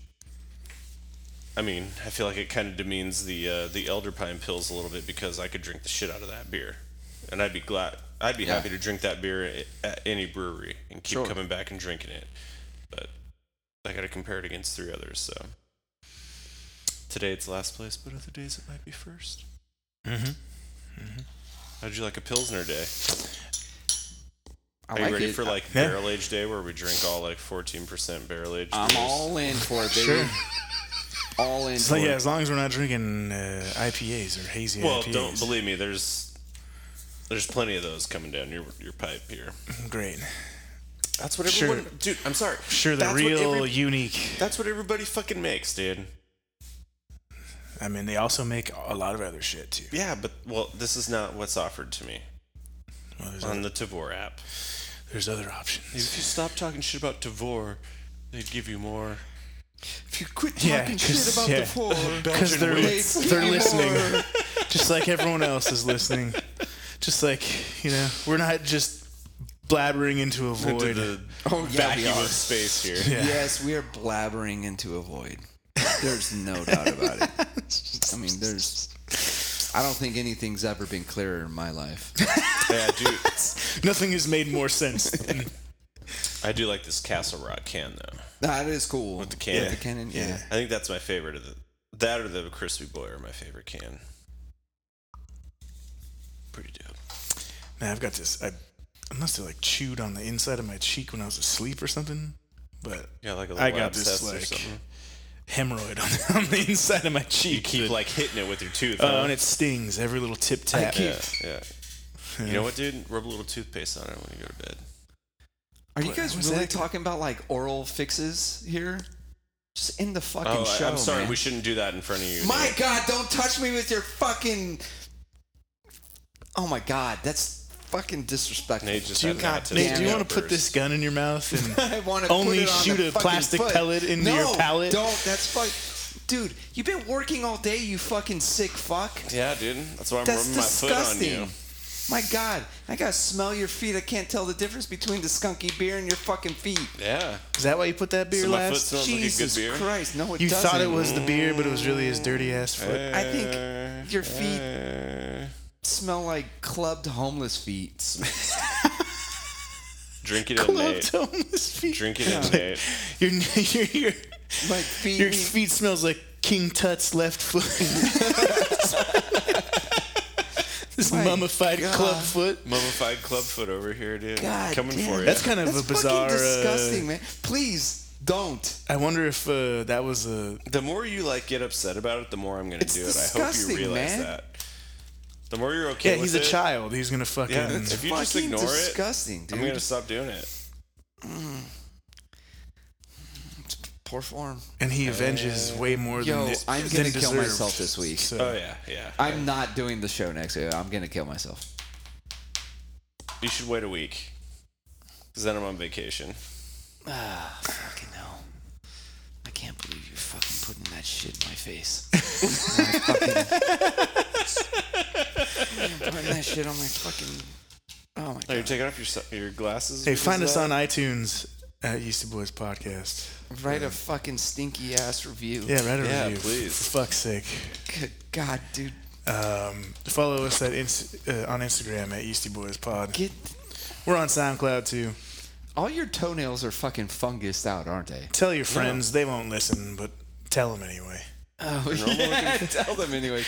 S2: I mean, I feel like it kind of demeans the uh, the Elder Pine Pills a little bit because I could drink the shit out of that beer, and I'd be glad, I'd be
S1: Yeah.
S2: happy to drink that beer at, at any brewery and keep
S1: Sure.
S2: coming back and drinking it. But I got to compare it against three others, so. Today it's last place, but other days it might be first.
S3: Mm-hmm.
S2: How'd you like a Pilsner day?
S1: I
S2: Are you
S1: like
S2: ready
S1: it. Uh,
S2: for like
S3: Yeah.
S2: barrel age day where we drink all like 14% barrel age?
S1: I'm all in for it, baby.
S3: Sure.
S1: All in.
S3: So
S1: for
S3: yeah,
S1: it.
S3: as long as we're not drinking uh, IPAs or hazy
S2: Well,
S3: IPAs.
S2: don't believe me. There's there's plenty of those coming down your your pipe here.
S3: Great.
S2: That's what
S3: Sure.
S2: everyone, dude. I'm sorry.
S3: Sure, they're
S2: that's what
S3: real,
S2: every-
S3: unique.
S2: that's what everybody fucking makes, dude.
S3: I mean, they also make a lot of other shit too.
S2: Yeah, but well, this is not what's offered to me
S3: Well, there's,
S2: on
S3: other,
S2: the Tavor app.
S3: there's other options.
S2: If you stop talking shit about Tavor, they give you more.
S1: If you quit
S3: Yeah,
S1: talking
S3: 'cause-
S1: shit about
S3: yeah.
S1: the poor,
S3: Because they're,
S1: Belgian
S3: lis-
S1: wheat.
S3: they're
S1: Anymore.
S3: listening, just like everyone else is listening. Just like you know, we're not just blabbering into a
S2: Into
S3: void.
S2: the
S1: Oh, yeah, we
S2: vacuum
S1: are.
S2: of space here.
S3: Yeah.
S1: Yes, we are blabbering into a void. There's no doubt about it. I mean, there's. I don't think anything's ever been clearer in my life.
S2: yeah, dude.
S3: Nothing has made more sense than
S2: I do like this Castle Rock can though.
S1: That is cool.
S2: With the cannon.
S1: With the cannon, yeah.
S3: Yeah.
S2: I think that's my favorite of the that or the crispy boy are my favorite can. Pretty dope.
S3: Man, I've got this. I, I must have like chewed on the inside of my cheek when I was asleep or something. But
S2: Yeah, like a little
S3: I got this
S2: abscess or
S3: like
S2: something.
S3: hemorrhoid on, on the inside of my cheek.
S2: You keep
S3: that-
S2: like uh, hitting it with your tooth.
S3: oh, and
S2: huh?
S3: it stings every little tip tap.
S2: yeah, yeah. You know what, dude? Rub a little toothpaste on it when you go to bed.
S1: Are you
S3: What
S1: guys
S3: was
S1: really
S3: that?
S1: talking about like oral fixes here? Just in the fucking
S2: oh, I-
S1: show.
S2: I'm sorry.
S1: man.
S2: We shouldn't do that in front of you.
S1: My
S2: dude.
S1: God, don't touch me with your fucking. Oh my God, that's fucking disrespectful.
S2: Nate just
S3: Do you,
S2: had an
S1: God
S2: autism
S1: damn
S3: Nate, do you want to
S2: outburst.
S3: put this gun in your mouth and
S1: I want to
S3: Only
S1: put it on
S3: shoot
S1: the
S3: a
S1: fucking
S3: plastic
S1: foot.
S3: pellet into your
S1: No,
S3: palate?
S1: Don't. That's fuck. Dude, you've been working all day. You fucking sick fuck.
S2: Yeah, dude. That's why I'm
S1: That's
S2: rubbing my foot
S1: disgusting.
S2: on you.
S1: My God, I gotta smell your feet. I can't tell the difference between the skunky beer and your fucking feet.
S2: Yeah.
S3: is that why you put that beer
S2: So my foot
S3: last?
S2: smells
S1: Jesus
S2: like a good beer.
S1: Christ, no, it
S3: You
S1: doesn't.
S3: thought it was the beer, but it was really his dirty ass foot.
S1: I think your feet
S2: Uh,
S1: smell like clubbed homeless feet.
S2: Drink it in,
S3: Club
S2: Nate.
S3: homeless feet.
S2: Drink it in,
S3: Like,
S2: Nate.
S3: Your your your,
S1: Like feet.
S3: your feet smells like King Tut's left foot. this
S1: My
S3: mummified club
S1: God.
S3: foot.
S2: Mummified clubfoot over here, dude.
S1: God
S2: Coming
S1: damn.
S2: for you.
S3: That's kind of
S1: That's
S3: a bizarre.
S1: fucking
S3: uh,
S1: disgusting, man. Please don't.
S3: I wonder if uh, that was a
S2: The more you like get upset about it, the more I'm gonna
S1: It's
S2: do it. I hope you
S1: disgusting,
S2: realize
S1: man.
S2: that. The more you're okay
S3: yeah.
S2: with
S3: He's
S2: it,
S3: a child. He's gonna fucking.
S2: Yeah, if you just
S1: fucking
S2: ignore
S1: disgusting,
S2: it,
S1: dude.
S2: I'm gonna stop doing it.
S1: It's poor form.
S3: and he avenges way more
S1: Uh, Yo,
S3: than it-
S1: I'm
S3: than
S1: gonna kill
S3: deserved.
S1: myself this week.
S3: So,
S2: Oh yeah, yeah.
S1: I'm not doing the show next year. I'm gonna kill myself.
S2: you should wait a week, cause then I'm on vacation.
S1: Ah, fucking hell. I can't believe you're fucking putting that shit in my face. I fucking- You're putting that shit on my fucking. Oh my
S2: Oh,
S1: god.
S2: you're taking off your su- your glasses.
S3: hey,
S2: because
S3: find
S2: of
S3: us
S2: that?
S3: on iTunes at Yeasty Boys Podcast.
S1: Write a fucking stinky ass review.
S3: Yeah, write a
S2: Yeah,
S3: review.
S2: please.
S3: For fuck's sake.
S1: Good God, dude.
S3: Um, follow us at ins- uh, on Instagram at Yeasty Boys Pod.
S1: Get.
S3: We're on SoundCloud too.
S1: All your toenails are fucking fungused out, aren't they?
S3: Tell your friends; they won't listen, but tell them anyway.
S1: Oh, yeah. Tell them anyway.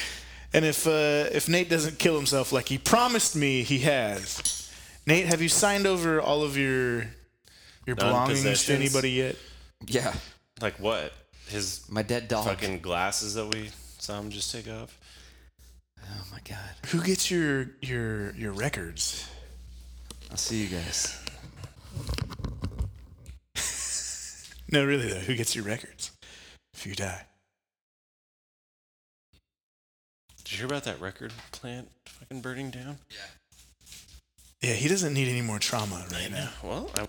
S3: And if uh, if Nate doesn't kill himself like he promised me he has, Nate, have you signed over all of your your belongings to
S2: Non-possessions?
S3: anybody yet?
S1: Yeah.
S2: Like what? His
S1: My dead dog.
S2: fucking glasses that we saw him just take off.
S1: Oh my God.
S3: Who gets your your your records?
S1: I'll see you guys.
S3: No, really though, who gets your records if you die?
S2: Did you hear about that record plant fucking burning down?
S3: Yeah, he doesn't need any more trauma right now.
S2: Well, I